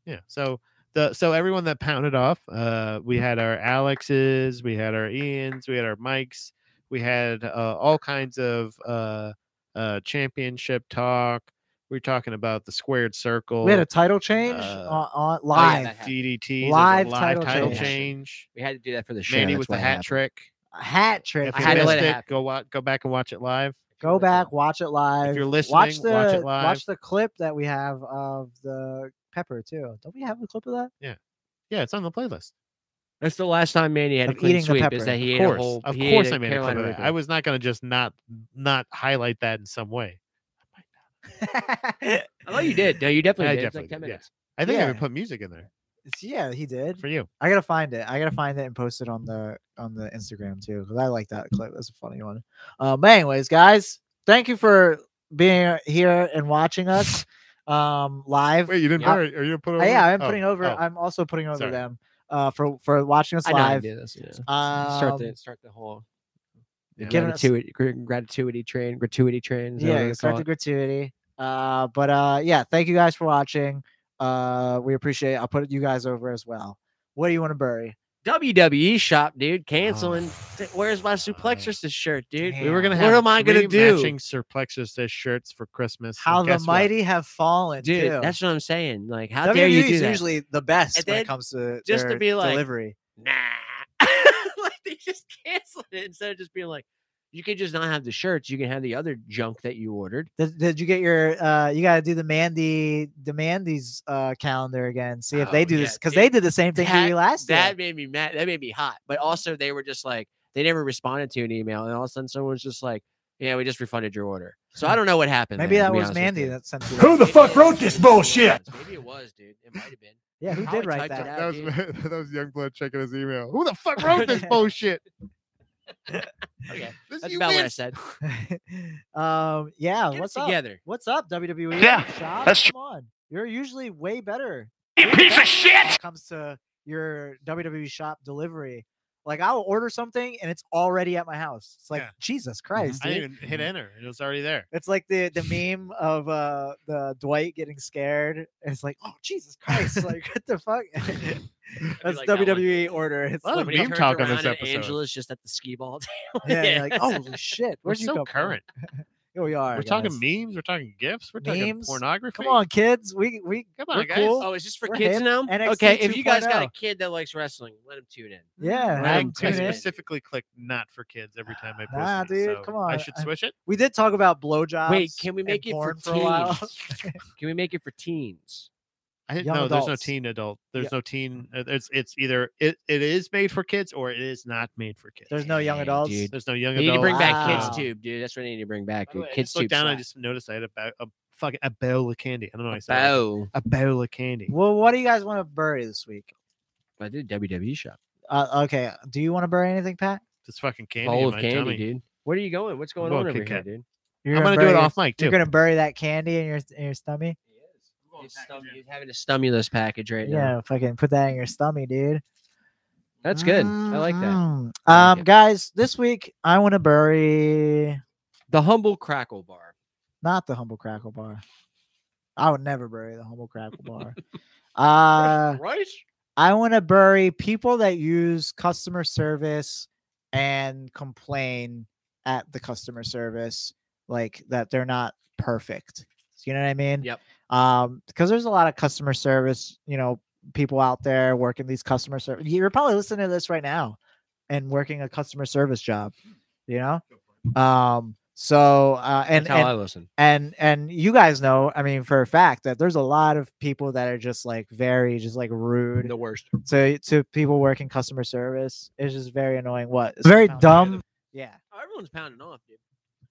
Yeah. So the so everyone that pounded off, uh, we had our Alexes, we had our Ians, we had our Mikes, we had uh, all kinds of uh, uh, championship talk. We are talking about the squared circle. We had a title change Uh, on, on yeah, live. that happened. DDT there's a live live title title change. change. We had to do that for the show. Manny that's with what the hat happened. trick. A hat trick. If I you had to missed let it it, happen. go watch, go back and watch it live. Go back, watch it live. you're watch the listening, watch it live. watch the clip that we have of the pepper too. Don't we have a clip of that? Yeah, it's on the playlist. That's the last time Manny had a Of clean eating the sweep. pepper. Is that he Of ate a course, whole? of he course, ate I made a clip Carolina of it. Reaper. I was not going to just not not highlight that in some way. I thought you did. No, you definitely I did. It's definitely like ten did, yeah. minutes. I think I Yeah. even put music in there It's- yeah, he did. for you. I gotta find it. I gotta find it and post it on the on the Instagram too because I like that clip. That's a funny one. Uh, but anyways, guys, thank you for being here and watching us um live. Wait, you didn't Yeah. put it? Are you put it Uh, yeah, over? I'm Oh, putting over. oh. I'm also putting over Sorry. them uh for for watching us I know how to live. do this. Yeah. Um, start the start the whole Yeah. giving us- gratituity, gr- gratuity train, gratuity train. Is that what yeah they start call the it? gratuity uh but uh yeah thank you guys for watching uh we appreciate it. i'll put you guys over as well what do you want to bury WWE E shop, dude, canceling. Th- Where's my fuck. suplexist shirt, dude? we were gonna What have. am I gonna three do? Matching Surplexus dish shirts for Christmas. and how the guess what? mighty have fallen dude. too. That's what I'm saying. Like, how WWE dare you do E is that? usually the best And when then it comes to just to their be like, delivery nah. like they just canceled it instead of just being like, you can just not have the shirts. You can have the other junk that you ordered. did, did you get your uh you got to do the mandy the mandy's uh calendar again see if Oh, they do yeah, this because dude. they did the same thing to you last that year made me mad. That made me hot. But also, they were just like, they never responded to an email, and all of a sudden, someone's just like, "Yeah, we just refunded your order." So I don't know what happened. maybe there, to that be was honest with mandy you. that sent you Who that. the fuck wrote this bullshit? Maybe it was, dude. It might have been. yeah who I did would write type that that That was dude. that was Youngblood checking his email. Who the fuck wrote this bullshit? Okay, This that's you about what I missed. said. um yeah Get it what's up together. What's up, WWE? Yeah, Shop? that's come tr- on. You're usually way better You piece of shit! when it comes to your WWE shop E delivery. Like I'll order something and it's already at my house. It's like Yeah. Jesus Mm-hmm. Christ. I dude. didn't even hit enter. It was already there. It's like the the meme of uh the Dwight getting scared. It's like, oh Jesus Christ, like what the fuck? That's like that one. Oh, WWE order. It's A lot like, of Somebody meme turns talk on this around and episode. Angela's just at the skee ball. yeah, yeah. like holy shit, We're where'd you so come from?" current. Here we are. We're talking guys. memes. We're talking gifs. We're talking Memes? pornography. Come on, kids. We we Come we're on, guys. cool. Oh, is this for We're kids hip. now? NXT okay, if you guys got a 2.0. kid that likes wrestling, let him tune in. Yeah, I, um, I tune in. specifically click not for kids every time I post. Nah, it, dude, so come I on. should I- switch it. We did talk about blowjobs. Wait, can we Uh, and make it for, porn for a while? teens? can we make it for teens? I didn't young know. There's no adults. teen adult. There's Yeah. no teen. uh, It's it's either it, it is made for kids or it is not made for kids. There's no young Dang, adults. dude. There's no young They need to adult. bring back Wow. Kids Tube, dude. That's what they need to bring back, By the dude. way, I Kids just looked Tube. down. I slaps. just noticed I had about a fucking a bowl of candy. I don't know. why I said that. Bow. a bowl of candy. Well, what do you guys want to bury this week? I did WWE E shop. Uh, okay, do you want to bury anything, Pat? Just fucking candy. Bowl in of my candy, tummy. dude. Where are you going? What's going going on over Kit here, Kat. dude? You're I'm gonna do bury it your- off mic too. You're gonna bury that candy in your in your stommy. He's, stum- he's having a stimulus package right Yeah, now. fucking put that in your stomach, dude. That's good. I like that. Mhm. I like Um, it. guys, this week I want to bury The humble crackle bar. not the humble crackle bar. I would never bury the humble crackle bar. uh, Right? I want to bury people that use customer service and complain at the customer service, like that they're not perfect. You know what I mean? Yep. Um, because there's a lot of customer service, you know, people out there working these customer service. You're probably listening to this right now and working a customer service job, you know? Um, so uh and, That's how and I listen. and and you guys know i mean for a fact that there's a lot of people that are just like very just like rude The worst. to to people working customer service it's just very annoying what it's very dumb yeah Everyone's pounding off, dude.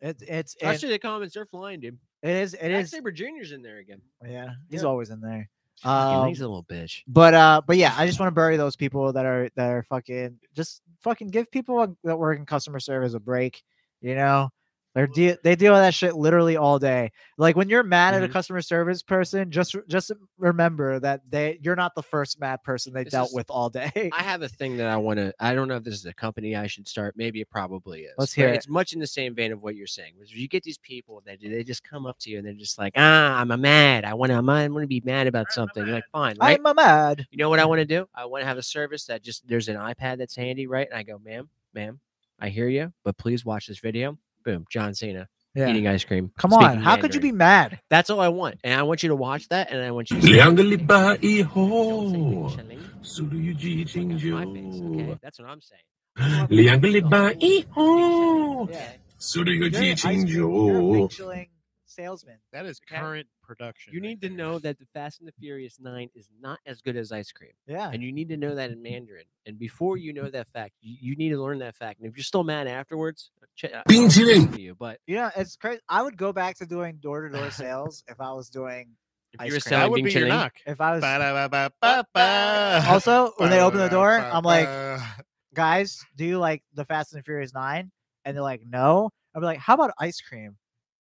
it, it's it, Actually, the comments are flying, dude. it is it Zack is Saber Junior's in there again. yeah he's yeah. always in there Fucking, um, he's a little bitch. but uh but yeah i just want to bury those people that are that are fucking just fucking give people a, that work in customer service a break you know they're de- they deal with that shit literally all day like when you're mad at a Mhm. customer service person just r- just remember that they you're not the first mad person they This dealt is- with all day I have a thing that I want to. I don't know if this is a company I should start. Maybe it probably is. Let's but hear it. It's much in the same vein of what you're saying. Which is you get these people that they just come up to you and they're just like, ah, I'm a mad. I want to. I'm going to be mad about something. You're like, fine, right? i'm a mad you know what I want to do? I want to have a service that just there's an iPad that's handy, right? And I go, ma'am, ma'am, I hear you, but please watch this video. Boom, John Cena yeah eating ice cream. come speaking on how could you Mandarin. be mad That's all I want, and I want you to watch that, and I want you. to say, Liang li ba yi "Don't say ho. things, Shailene." Su lu yu ji Look jing at jiu. my face, okay? That's what I'm saying. Liang li ba yi ho. yeah Su lu yu you're, an ji ice cream- jing you're a jiu. big chilling salesman That is Okay. current production. You right need to there. know that the Fast and the Furious 9 is not as good as ice cream. yeah And you need to know that in Mandarin. And before you know that fact, you, you need to learn that fact. And if you're still mad afterwards, uh, ch- I- I Bing don't Jimin. blame you, but you know it's crazy i would go back to doing door-to-door sales if i was doing if Ice you were cream. that selling would Bing be your Chiling- knock. if i was Ba-da-ba-ba-ba-ba. also when they open the door i'm like Ba-da-ba-ba. guys, do you like the Fast and the Furious Nine? And they're like, no. I'll be like, how about ice cream?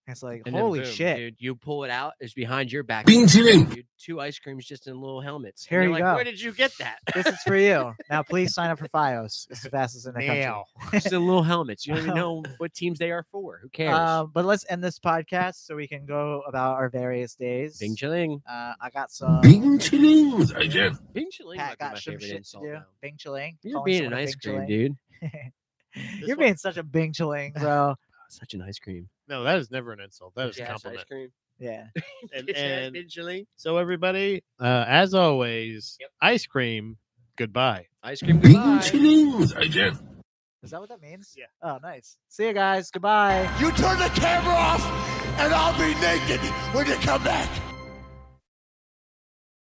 And it's like, and then holy boom, shit. Dude, you pull it out, it's behind your back. Bing Jimin. Dude, two ice creams just in little helmets. And Here you're like, you go. Where did you get that? This is for you. Now please sign up for FiOS. It's the fastest in the Now. just in little helmets. You don't even Um, know what teams they are for. Who country. cares? Um, but let's end this podcast so we can go about our various days. Bing Chiling. Uh, I got some. Bing Chiling. Again. Bing Chiling Pat might be got my some favorite shit to insult. do. now. Bing Chilling. You're calling being an someone a ice Bing cream, Chiling. dude. You're one- being such a Bing Chilling, bro. Such an ice cream. No, that is never an insult. That is a Bitch-ass compliment. Ice cream. yeah. And- Bitch-ass and- Bing Chiling. So everybody, uh, as always, ice cream. Goodbye. Ice cream Bing goodbye. Chiling. Again. Is that what that means? Yeah. Oh, nice. See you guys. Goodbye. You turn the camera off, and I'll be naked when you come back.